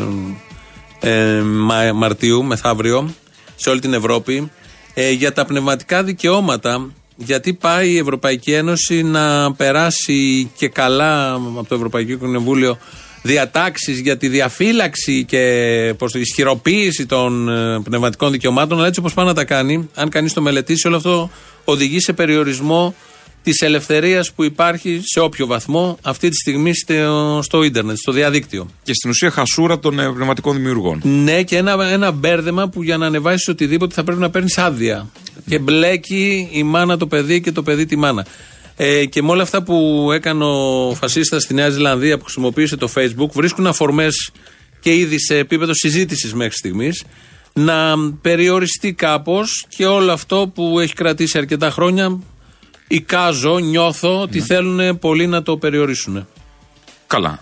Speaker 6: ε, Μα- Μαρτίου, μεθαύριο, σε όλη την Ευρώπη, ε, για τα πνευματικά δικαιώματα. Γιατί πάει η Ευρωπαϊκή Ένωση να περάσει και καλά από το Ευρωπαϊκό Κοινοβούλιο διατάξεις για τη διαφύλαξη και πώς, το- ισχυροποίηση των ε, πνευματικών δικαιωμάτων, αλλά έτσι όπως πάει να τα κάνει, αν κανείς το μελετήσει, όλο αυτό οδηγεί σε περιορισμό της ελευθερίας που υπάρχει σε όποιο βαθμό αυτή τη στιγμή στο, στο ίντερνετ, στο διαδίκτυο.
Speaker 7: Και στην ουσία χασούρα των ε, πνευματικών δημιουργών.
Speaker 6: Ναι, και ένα, ένα μπέρδεμα που για να ανεβάσεις οτιδήποτε θα πρέπει να παίρνεις άδεια. Και μπλέκει η μάνα το παιδί και το παιδί τη μάνα. Ε, και με όλα αυτά που έκανε ο φασίστας στη Νέα Ζηλανδία που χρησιμοποίησε το Facebook, βρίσκουν αφορμές και ήδη σε επίπεδο συζήτησης μέχρι στιγμής να περιοριστεί κάπως και όλο αυτό που έχει κρατήσει αρκετά χρόνια. Εικάζω, νιώθω ότι θέλουν πολλοί να το περιορίσουν.
Speaker 7: Καλά.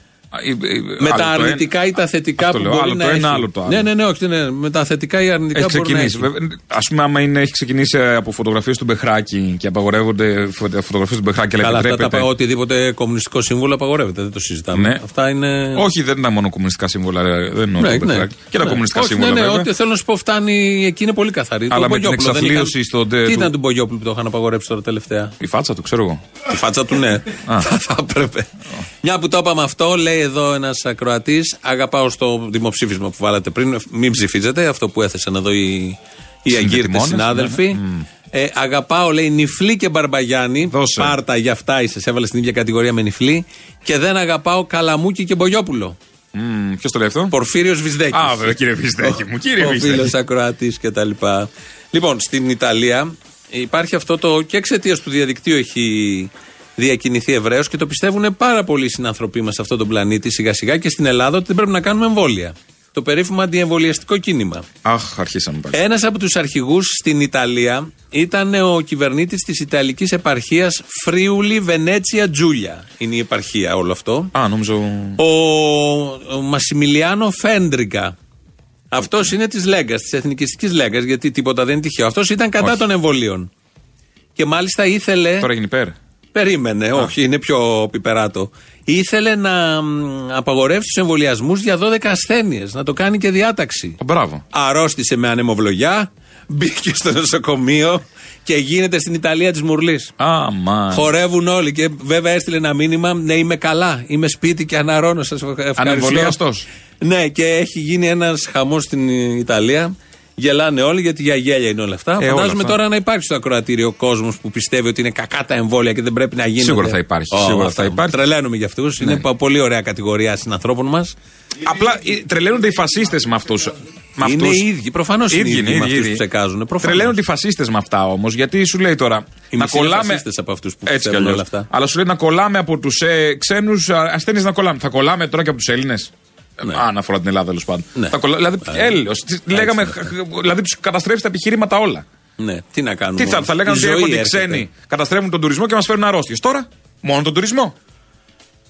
Speaker 6: Με τα αρνητικά ή τα θετικά
Speaker 7: αυτό
Speaker 6: που
Speaker 7: λέω,
Speaker 6: μπορεί
Speaker 7: άλλο
Speaker 6: να
Speaker 7: το ένα,
Speaker 6: έχει.
Speaker 7: άλλο το άλλο.
Speaker 6: Ναι, ναι, ναι, όχι, ναι, με τα θετικά ή αρνητικά
Speaker 7: Έχει
Speaker 6: που μπορεί να έχει.
Speaker 7: ξεκινήσει. Ας πούμε, άμα είναι, έχει ξεκινήσει ε, από φωτογραφίες του Μπεχράκη και απαγορεύονται φωτογραφίες του Μπεχράκη, αλλά
Speaker 6: Καλά, αυτά τα,
Speaker 7: επιτρέπεται.
Speaker 6: πα- οτιδήποτε κομμουνιστικό σύμβολο απαγορεύεται, δεν το συζητάμε.
Speaker 7: Ναι.
Speaker 6: Αυτά είναι.
Speaker 7: Όχι, δεν ήταν μόνο κομμουνιστικά σύμβολα. ρε, Δεν εννοώ
Speaker 6: Ναι,
Speaker 7: τον
Speaker 6: ναι.
Speaker 7: Μπεχράκη. Και τα
Speaker 6: Ναι.
Speaker 7: κομμουνιστικά
Speaker 6: Όχι,
Speaker 7: σύμβολα.
Speaker 6: Ναι, ναι,
Speaker 7: βέβαια.
Speaker 6: ό,τι θέλω να σου πω φτάνει εκεί είναι πολύ καθαρή.
Speaker 7: Αλλά
Speaker 6: Το
Speaker 7: με την
Speaker 6: Μπογιόπουλο δεν
Speaker 7: εξαθλίωση
Speaker 6: είχαν-
Speaker 7: στον τε-
Speaker 6: Τι
Speaker 7: του-
Speaker 6: ήταν του Μπογιόπουλου που το είχαν απαγορεύσει τώρα τελευταία.
Speaker 7: Η φάτσα του, ξέρω εγώ.
Speaker 6: Η φάτσα του, ναι. θα, θα έπρεπε. Μια που το είπαμε αυτό, λέει εδώ ένας ακροατής. Αγαπάω στο δημοψήφισμα που βάλατε πριν. Μην ψηφίζετε, αυτό που έθεσαν εδώ οι, οι αγκύρτε
Speaker 7: Συνδετημόνες, ναι, Mm.
Speaker 6: συνάδελφοι. Ε, αγαπάω, λέει Νιφλή και Μπαρμπαγιάννη. Πάρτα, για αυτά είσαι. Σε έβαλε στην ίδια κατηγορία με Νιφλή. Και δεν αγαπάω Καλαμούκι και Μπογιόπουλο.
Speaker 7: Μμμ, Ποιος το λέει αυτό.
Speaker 6: Πορφύριος Βυσδέκη.
Speaker 7: Α, βέβαια, κύριε Βυσδέκη μου, κύριε
Speaker 6: Ο
Speaker 7: Βυσδέκη.
Speaker 6: φίλος ακροατής κτλ. Λοιπόν, στην Ιταλία υπάρχει αυτό το. και εξαιτίας του διαδικτύου έχει διακινηθεί ευρέω και το πιστεύουν πάρα πολλοί συνανθρωποί μας σε αυτόν τον πλανήτη σιγά σιγά και στην Ελλάδα ότι δεν πρέπει να κάνουμε εμβόλια. Το περίφημο αντιεμβολιαστικό κίνημα.
Speaker 7: Αχ, αρχίσαμε πάλι.
Speaker 6: Ένας από τους αρχηγούς στην Ιταλία ήταν ο κυβερνήτης της Ιταλικής επαρχίας Φρίουλη Βενέτσια Τζούλια. Είναι η επαρχία όλο αυτό.
Speaker 7: Α, νόμιζω.
Speaker 6: Ο, ο Μασιμιλιάνο Φέντριγκα. Αυτός είναι της Λέγκας, της εθνικιστικής Λέγκας, γιατί τίποτα δεν είναι τυχαίο. Αυτός ήταν κατά των εμβολίων. Και μάλιστα ήθελε.
Speaker 7: Τώρα γίνει υπέρ.
Speaker 6: Περίμενε, όχι, είναι πιο πιπεράτο. Ήθελε να μ, απαγορεύσει τους εμβολιασμούς για 12 ασθένειες, να το κάνει και διάταξη.
Speaker 7: Μπράβο.
Speaker 6: Αρρώστησε με ανεμοβλογιά, μπήκε στο νοσοκομείο και γίνεται στην Ιταλία της Μουρλής.
Speaker 7: Αμάν.
Speaker 6: Χορεύουν όλοι και βέβαια έστειλε ένα μήνυμα. Ναι, είμαι καλά. Είμαι σπίτι και αναρώνω. Σας ευχαριστώ.
Speaker 7: Ανεμβολιαστός.
Speaker 6: Ναι, και έχει γίνει ένας χαμός στην ε, Ιταλία. Γελάνε όλοι γιατί για γέλια είναι όλα αυτά.
Speaker 7: Ε, όλα
Speaker 6: Φαντάζομαι
Speaker 7: αυτά.
Speaker 6: τώρα να υπάρχει στο ακροατήριο κόσμος που πιστεύει ότι είναι κακά τα εμβόλια και δεν πρέπει να γίνονται.
Speaker 7: Σίγουρα θα υπάρχει, Ναι. σίγουρα θα
Speaker 6: υπάρχει. Τρελαίνουμε για αυτούς. Είναι πα- πολύ ωραία κατηγορία συνανθρώπων μας.
Speaker 7: Απλά ε, τρελαίνονται οι φασίστες με αυτούς.
Speaker 6: είναι οι ίδιοι, προφανώς είναι οι ίδιοι με αυτούς που ψεκάζουν, προφανώς.
Speaker 7: Τρελαίνονται οι φασίστες με αυτά όμως, γιατί σου λέει τώρα.
Speaker 6: Οι μισοί είναι φασίστες από αυτούς που
Speaker 7: έτσι κι
Speaker 6: πιστεύουν
Speaker 7: αλλιώς.
Speaker 6: όλα αυτά.
Speaker 7: Αλλά σου λέει να κολλάμε από τους ε, ξένους ασθενεί να κολλάμε. Θα κολλάμε τώρα και από τους Έλληνες.
Speaker 6: Ναι.
Speaker 7: Αν αφορά την Ελλάδα, τέλος πάντων. Θα κολλά- δηλαδή,
Speaker 6: Ε,
Speaker 7: έλεος. Τι- λέγαμε, χ- δηλαδή τους καταστρέφεις τα επιχειρήματα όλα.
Speaker 6: Ναι, τι να κάνουμε.
Speaker 7: Τι θα,
Speaker 6: όμως.
Speaker 7: θα
Speaker 6: Η
Speaker 7: λέγανε ότι
Speaker 6: ζωή
Speaker 7: έρχονται οι
Speaker 6: έρχεται.
Speaker 7: ξένοι, καταστρέφουν τον τουρισμό και μας φέρουν αρρώστιες. Τώρα, μόνο τον τουρισμό.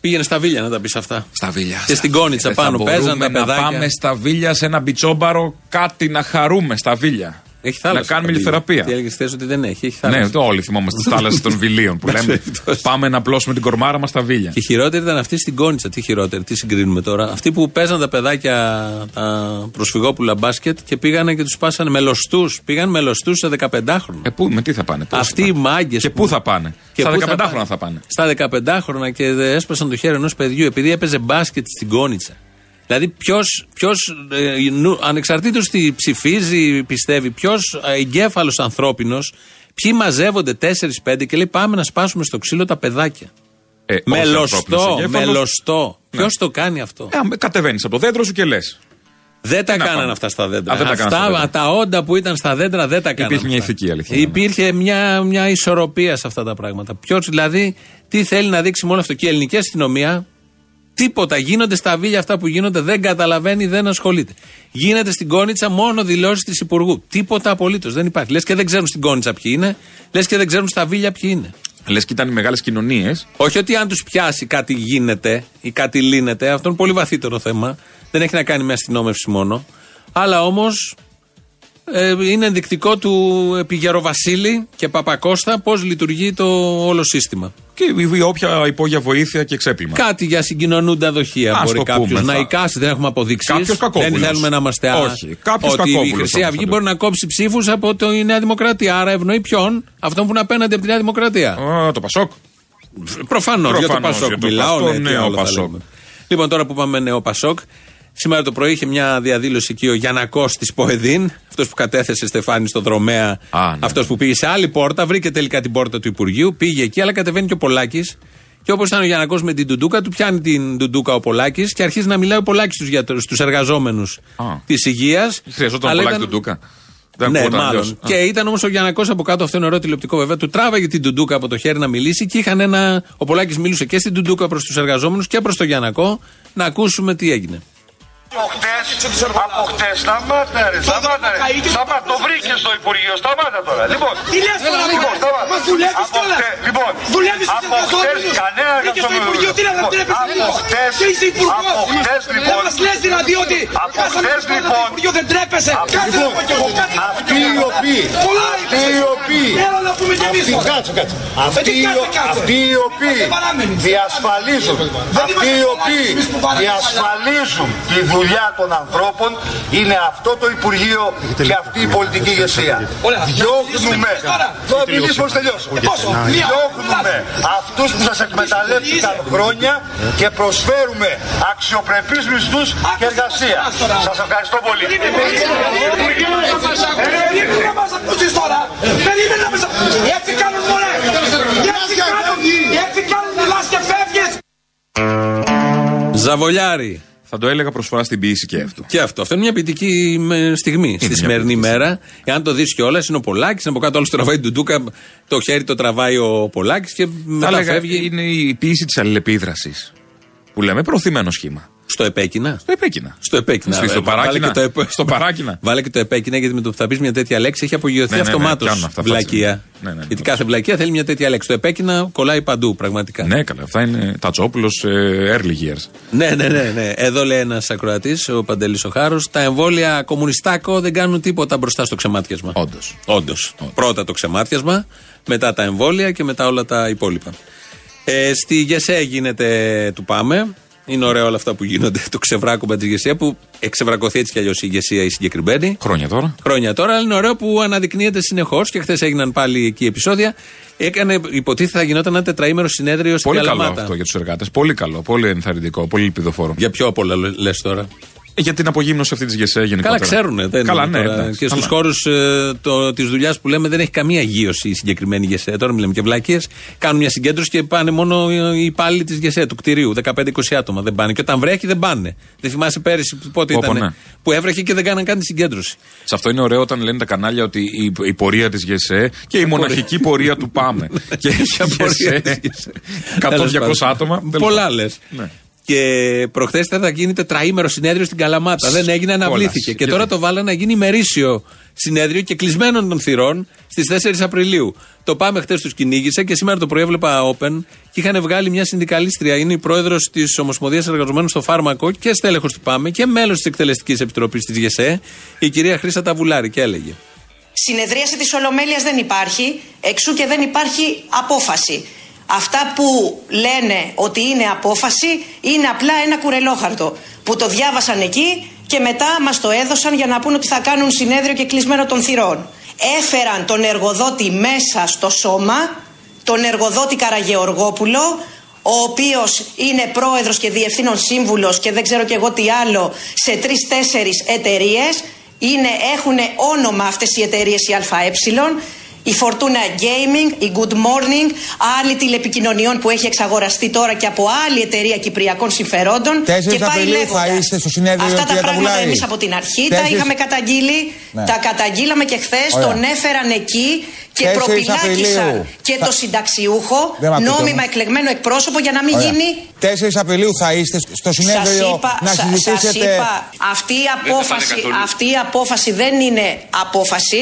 Speaker 6: Πήγαινε στα βίλια να τα πεις αυτά.
Speaker 7: Στα βίλια. Ε,
Speaker 6: Και στην Κόνιτσα πάνω παίζαν τα
Speaker 7: Να
Speaker 6: παιδάκια.
Speaker 7: πάμε στα βίλια σε ένα μπιτσόμπαρο, κάτι να χαρούμε στα βίλια.
Speaker 6: Έχει
Speaker 7: να
Speaker 6: θάλασσα στα
Speaker 7: κάνουμε
Speaker 6: βίλια.
Speaker 7: λιθεραπεία.
Speaker 6: Τι έλεγες ότι δεν έχει, έχει θάλασσα.
Speaker 7: Ναι, το όλοι θυμόμαστε τις θάλασσες των
Speaker 6: <laughs>
Speaker 7: βιλίων που λέμε. Πάμε να απλώσουμε την κορμάρα μας στα βίλια.
Speaker 6: Και η χειρότερη ήταν αυτή στην Κόνιτσα. Τι χειρότερη, τι συγκρίνουμε τώρα. Αυτοί που παίζαν τα παιδάκια τα προσφυγόπουλα μπάσκετ και πήγανε και τους πάσανε με λοστού. Πήγαν με λοστού σε 15χρονου.
Speaker 7: Ε, πού, με τι θα πάνε,
Speaker 6: Αυτοί οι μάγκες.
Speaker 7: Και πού θα πάνε. Στα 15 χρόνια θα πάνε.
Speaker 6: Στα 15 χρόνια και δε- έσπασαν το χέρι ενός παιδιού επειδή έπαιζε μπάσκετ στην Κόνιτσα. Δηλαδή, ποιος, ποιος, ε, νου- ανεξαρτήτως τι ψηφίζει, πιστεύει, ποιος εγκέφαλος ανθρώπινος, ποιοι μαζεύονται 4-5 και λέει πάμε να σπάσουμε στο ξύλο τα παιδάκια.
Speaker 7: Ε, όχι ανθρώπινος
Speaker 6: μελωστό,
Speaker 7: εγκέφαλος.
Speaker 6: μελωστό.
Speaker 7: Ναι.
Speaker 6: Ποιος το κάνει αυτό.
Speaker 7: Ε, κατεβαίνεις από το δέντρο σου και λες.
Speaker 6: Δεν
Speaker 7: να
Speaker 6: τα κάνανε
Speaker 7: πάμε.
Speaker 6: αυτά στα δέντρα.
Speaker 7: Α, δεν τα
Speaker 6: αυτά,
Speaker 7: κάνανε στα δέντρα.
Speaker 6: τα όντα που ήταν στα δέντρα δεν τα κάνανε.
Speaker 7: Υπήρχε μια
Speaker 6: αυτά.
Speaker 7: ηθική αλήθεια.
Speaker 6: Υπήρχε μια, μια ισορροπία σε αυτά τα πράγματα. Ποιος δηλαδή, τι θέλει να δείξει μόνο αυτό. Και η ελληνική αστυνομία, τίποτα. Γίνονται στα βίλια αυτά που γίνονται, δεν καταλαβαίνει, δεν ασχολείται. Γίνεται στην Κόνιτσα μόνο δηλώσεις της Υπουργού. Τίποτα απολύτως. Δεν υπάρχει. Λες και δεν ξέρουν στην Κόνιτσα ποιοι είναι, λες και δεν ξέρουν στα βίλια ποιοι είναι.
Speaker 7: Λες και ήταν μεγάλες κοινωνίες.
Speaker 6: Όχι ότι αν τους πιάσει κάτι γίνεται ή κάτι λύνεται. Αυτό είναι πολύ βαθύτερο θέμα. Δεν έχει να κάνει με αστυνόμευση μόνο. Αλλά όμως ε, είναι ενδεικτικό του επιγεροβασίλη και Παπακώστα πώς λειτουργεί το όλο σύστημα.
Speaker 7: Και η- η όποια υπόγεια βοήθεια και ξέπλυμα.
Speaker 6: Κάτι για συγκοινωνούντα δοχεία
Speaker 7: Ας
Speaker 6: μπορεί
Speaker 7: το
Speaker 6: κάποιος
Speaker 7: πούμε,
Speaker 6: να
Speaker 7: θα-
Speaker 6: εικάσει, δεν έχουμε αποδείξεις.
Speaker 7: Κάποιος
Speaker 6: Δεν
Speaker 7: κακόβουλος.
Speaker 6: θέλουμε να είμαστε α-
Speaker 7: Όχι, κάποιος
Speaker 6: Ότι η
Speaker 7: κακόβουλος
Speaker 6: Χρυσή
Speaker 7: όμως
Speaker 6: Αυγή
Speaker 7: θα το-
Speaker 6: μπορεί να κόψει ψήφους από το, η Νέα Δημοκρατία. Άρα ευνοεί ποιον, αυτόν που είναι απέναντι από τη Νέα Δημοκρατία.
Speaker 7: Α, το Πασόκ.
Speaker 6: Προφανώς για το
Speaker 7: Προφανώς,
Speaker 6: Πασόκ
Speaker 7: για το
Speaker 6: μιλάω.
Speaker 7: Πασόκ,
Speaker 6: ναι, τι
Speaker 7: νέο
Speaker 6: άλλο θα
Speaker 7: Πασόκ.
Speaker 6: λέμε. Λοιπόν, τώρα που πάμε νέο Πασόκ, σήμερα το πρωί είχε μια διαδήλωση εκεί ο Γιανακός της Ποεδίν, αυτός που κατέθεσε Στεφάνη στο δρομέα,
Speaker 7: ναι,
Speaker 6: αυτός που πήγε σε άλλη πόρτα, βρήκε τελικά την πόρτα του Υπουργείου, πήγε εκεί, αλλά κατεβαίνει και ο Πολάκης. Και όπως ήταν ο Γιανακός με την Τουντούκα, του πιάνει την Τουντούκα ο Πολάκης και αρχίζει να μιλάει ο Πολάκης στους εργαζόμενου της υγείας.
Speaker 7: Χρειαζόταν πολλά του Ντούκα. Δεν
Speaker 6: Ναι,
Speaker 7: ακούγονταν
Speaker 6: μάλλον.
Speaker 7: αλλιώς.
Speaker 6: Και ήταν όμως ο Γιανακός από κάτω, αυτό είναι ωραίο τηλεοπτικό βέβαια. Του τράβαγε την τουντούκα από το χέρι να μιλήσει και είχαν ένα. Ο Πολάκης μιλούσε και στην τουντούκα προς τους εργαζόμενους και προς τον Γιανακό να ακούσουμε τι έγινε.
Speaker 18: Χτες, από χτες, σταμάτα ρε, σταμάτα ρε. Σταμάτα, το βρήκες στο Υπουργείο, σταμάτα τώρα. Λοιπόν,
Speaker 19: Τι λες τώρα,
Speaker 18: Έλα, λοιπόν,
Speaker 19: μωρέ.
Speaker 18: σταμάτα.
Speaker 19: Μας δουλεύεις
Speaker 18: Από
Speaker 19: κιόλας.
Speaker 18: χτε- Λοιπόν,
Speaker 19: Δουλεύεις στους
Speaker 18: από χτες
Speaker 19: εργαζόμενους.
Speaker 18: κανένα
Speaker 19: Βρήκες στο
Speaker 18: εργαζόμενο
Speaker 19: Υπουργείο, τι να
Speaker 18: Λοιπόν,
Speaker 19: λατρεύεις,
Speaker 18: από
Speaker 19: λοιπόν.
Speaker 18: χτες-
Speaker 19: Και είσαι υπουργός.
Speaker 18: Από χτες,
Speaker 19: Δεν
Speaker 18: λοιπόν.
Speaker 19: μας λες δηλαδή ότι
Speaker 18: Από
Speaker 19: χάσαμε
Speaker 18: χτες,
Speaker 19: την πόρτα του
Speaker 18: λοιπόν.
Speaker 19: Υπουργείου, δεν τρέπεσαι.
Speaker 18: Από-
Speaker 19: Κάτσε να
Speaker 18: Λοιπόν,
Speaker 19: πω κι εγώ κάτι.
Speaker 18: αυτοί οι οποίοι-
Speaker 19: Πολλά
Speaker 18: αυτοί
Speaker 19: είπες.
Speaker 18: οι οποίοι-
Speaker 19: Έλα να πούμε κι εμείς
Speaker 18: αυτοί-
Speaker 19: τώρα.
Speaker 18: κάτσε, κάτσε. Αυτοί
Speaker 19: Έτσι,
Speaker 18: οι-
Speaker 19: κάτσε, κάτσε.
Speaker 18: αυτοί οι οποίοι
Speaker 19: Είμαστε παράμενοι.
Speaker 18: διασφαλίζουν,
Speaker 19: Δεν
Speaker 18: αυτοί
Speaker 19: είμαστε
Speaker 18: οι
Speaker 19: πολλά
Speaker 18: οποίοι
Speaker 19: εμείς που βάλαμε τα παλιά.
Speaker 18: διασφαλίζουν τη δουλειά των ανθρώπων είναι αυτό το Υπουργείο και αυτή η πολιτική ηγεσία. Διώχνουμε, θα μιλήσω πώς τελειώσω.
Speaker 19: Πόσο, μία,
Speaker 18: Διώχνουμε αυτούς που σας εκμεταλλεύτηκαν χρόνια και προσφέρουμε αξιοπρεπείς μισθούς και εργασία. Σας ευχαριστώ πολύ.
Speaker 19: Περίμενε να μας ακούσεις τώρα. Περίμενε να μας ακούσεις. Έτσι κάνουν μωρέ. Έτσι κάνουν. Έτσι κάνουν. Μιλάς και φεύγεις.
Speaker 6: Ζαβολιάρη.
Speaker 7: Θα το έλεγα προσφορά στην ποιήση και αυτό.
Speaker 6: Και αυτό. Αυτό είναι μια ποιητική με, στιγμή στη σημερινή μέρα. Εάν το δεις κιόλας, είναι ο Πολάκης. Από κάτω όλο τραβάει την τουντούκα. Το χέρι το τραβάει ο Πολάκης και
Speaker 7: Θα
Speaker 6: μετά
Speaker 7: έλεγα
Speaker 6: φεύγει.
Speaker 7: είναι η ποιήση της αλληλεπίδρασης. Που λέμε προωθημένο σχήμα.
Speaker 6: Στο επέκεινα.
Speaker 7: Στο επέκεινα.
Speaker 6: Στο επέκεινα.
Speaker 7: Στη- στο
Speaker 6: Βάλε
Speaker 7: παράκεινα.
Speaker 6: και το επέ-
Speaker 7: Στο παράκεινα.
Speaker 6: <laughs> Βάλε και το επέκεινα γιατί με το που θα πεις μια τέτοια λέξη έχει απογειωθεί
Speaker 7: Ναι, ναι, ναι,
Speaker 6: αυτομάτως
Speaker 7: κάνουν αυτά,
Speaker 6: βλακεία.
Speaker 7: φάση. Ναι, ναι, ναι.
Speaker 6: Γιατί κάθε βλακεία θέλει μια τέτοια λέξη. Το επέκεινα κολλάει παντού πραγματικά.
Speaker 7: Ναι, καλά. Αυτά είναι Τατσόπουλος early years.
Speaker 6: Ναι, ναι, ναι. ναι. Εδώ λέει ένας ακροατής, ο Παντελής Οχάρος, τα εμβόλια κομμουνιστάκο δεν κάνουν τίποτα μπροστά στο ξεμάτιασμα. Όντως. Όντως. Πρώτα το ξεμάτιασμα, μετά τα εμβόλια και μετά όλα τα υπόλοιπα. Ε, στη Γεσέ γίνεται του Πάμε. Είναι ωραία όλα αυτά που γίνονται. Το ξεβράκωμα τη Γεσέ που εξεβρακωθεί έτσι κι αλλιώς η ηγεσία η συγκεκριμένη.
Speaker 7: Χρόνια τώρα.
Speaker 6: Χρόνια τώρα, αλλά είναι ωραίο που αναδεικνύεται συνεχώς και χθες έγιναν πάλι εκεί επεισόδια. Έκανε, υποτίθεται θα γινόταν ένα τετραήμερο συνέδριο στην
Speaker 7: Πολύ καλό
Speaker 6: Καλαμάτα.
Speaker 7: αυτό για τους εργάτες. Πολύ καλό. Πολύ ενθαρρυντικό. Πολύ ελπιδοφόρο.
Speaker 6: Για πιο πολλά λες τώρα.
Speaker 7: Ε, Για την απογύμνωση αυτή της ΓΕΣΕ γενικότερα.
Speaker 6: Καλά, ξέρουν. Δεν
Speaker 7: Καλά,
Speaker 6: είναι
Speaker 7: ναι.
Speaker 6: τώρα.
Speaker 7: εντάξει,
Speaker 6: Και ε, στους
Speaker 7: καλά.
Speaker 6: χώρους της δουλειάς που λέμε δεν έχει καμία γύρωση η συγκεκριμένη ΓΕΣΕ. Τώρα μιλάμε και βλακίε. Κάνουν μια συγκέντρωση και πάνε μόνο ε, οι υπάλληλοι της ΓΕΣΕ, του κτηρίου. 15-20 άτομα δεν πάνε. Και όταν βρέχει δεν πάνε. Δεν θυμάσαι πέρυσι πότε
Speaker 7: Όπου,
Speaker 6: ήταν.
Speaker 7: ναι.
Speaker 6: Που έβρεχε και δεν κάναν καν τη συγκέντρωση.
Speaker 7: Σε αυτό είναι ωραίο όταν λένε τα κανάλια ότι η, η πορεία της ΓΕΣΕ και η
Speaker 6: Πορεία. Ναι,
Speaker 7: μοναχική πορεία του ΠΑΜΕ.
Speaker 6: <laughs>
Speaker 7: και η
Speaker 6: πορεία
Speaker 7: ΓΕΣΕ.
Speaker 6: της
Speaker 7: 100-200
Speaker 6: Τέλος πάντων.
Speaker 7: άτομα.
Speaker 6: Πολλά λες.
Speaker 7: Ναι.
Speaker 6: Και προχθές θα γίνει τετραήμερο συνέδριο στην Καλαμάτα. Δεν έγινε, αναβλήθηκε. Και
Speaker 7: Γιατί?
Speaker 6: τώρα το βάλανε να γίνει ημερήσιο συνέδριο και κλεισμένων των θυρών στις 4 Απριλίου. Το πάμε χτε τους κυνήγησε και σήμερα το πρωί έβλεπα Open και είχαν βγάλει μια συνδικαλίστρια. Είναι η πρόεδρος της Ομοσπονδίας Εργαζομένων στο Φάρμακο και στέλεχος του ΠΑΜΕ και μέλος της Εκτελεστικής Επιτροπής της ΓΕΣΕ, η κυρία Χρήσα Ταβουλάρη. Και έλεγε.
Speaker 20: Συνεδρίαση της Ολομέλειας δεν υπάρχει, εξού και δεν υπάρχει απόφαση. Αυτά που λένε ότι είναι απόφαση είναι απλά ένα κουρελόχαρτο που το διάβασαν εκεί και μετά μας το έδωσαν για να πούν ότι θα κάνουν συνέδριο και κλεισμένο των θυρών. Έφεραν τον εργοδότη μέσα στο σώμα, τον εργοδότη Καραγεωργόπουλο, ο οποίος είναι πρόεδρος και διευθύνων σύμβουλος και δεν ξέρω και εγώ τι άλλο σε τρεις-τέσσερις εταιρείες είναι, έχουν όνομα αυτές οι εταιρείες οι ΑΕ, η Fortuna Gaming, η Good Morning, άλλη τηλεπικοινωνιών που έχει εξαγοραστεί τώρα και από άλλη εταιρεία κυπριακών συμφερόντων.
Speaker 21: Τέσσερις
Speaker 20: και πάει
Speaker 21: Απριλίου θα
Speaker 20: λέγοντας.
Speaker 21: είστε στο συνέδριο,
Speaker 20: Αυτά τα
Speaker 21: κυρία
Speaker 20: πράγματα
Speaker 21: Ταβουλάρη.
Speaker 20: εμείς από την αρχή τα
Speaker 21: Τέσσερις-
Speaker 20: είχαμε καταγγείλει,
Speaker 21: Ναι.
Speaker 20: τα καταγγείλαμε και χθες,
Speaker 21: Ωραία.
Speaker 20: τον έφεραν εκεί και
Speaker 21: Τέσσερις
Speaker 20: προπυλάκησαν
Speaker 21: Απριλίου.
Speaker 20: και
Speaker 21: Θα-
Speaker 20: το συνταξιούχο,
Speaker 21: Δεν μ' ακούτε,
Speaker 20: νόμιμα
Speaker 21: όμως.
Speaker 20: εκλεγμένο εκπρόσωπο για να μην
Speaker 21: Ωραία.
Speaker 20: γίνει
Speaker 21: 4 Απριλίου θα είστε στο
Speaker 20: σας
Speaker 21: συνέδριο
Speaker 20: είπα,
Speaker 21: να
Speaker 20: σα- σας
Speaker 21: συζητήσετε.
Speaker 20: είπα, αυτή η,
Speaker 21: πάνε
Speaker 20: απόφαση,
Speaker 21: καθόλου.
Speaker 20: αυτή η απόφαση δεν είναι απόφαση,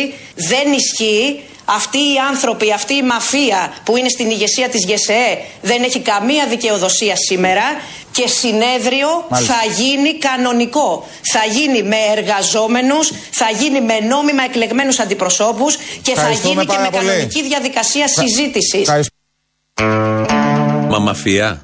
Speaker 20: δεν ισχύει. Αυτοί οι άνθρωποι, αυτή η μαφία που είναι στην ηγεσία της ΓΕΣΕΕ δεν έχει καμία δικαιοδοσία σήμερα και συνέδριο
Speaker 22: Μάλιστα.
Speaker 20: θα γίνει κανονικό. Θα γίνει με εργαζόμενους, θα γίνει με νόμιμα εκλεγμένους αντιπροσώπους και θα
Speaker 21: Ευχαριστούμε
Speaker 20: γίνει και
Speaker 21: πάρα
Speaker 20: με
Speaker 21: πολύ.
Speaker 20: κανονική διαδικασία συζήτησης.
Speaker 6: Μα μαφία.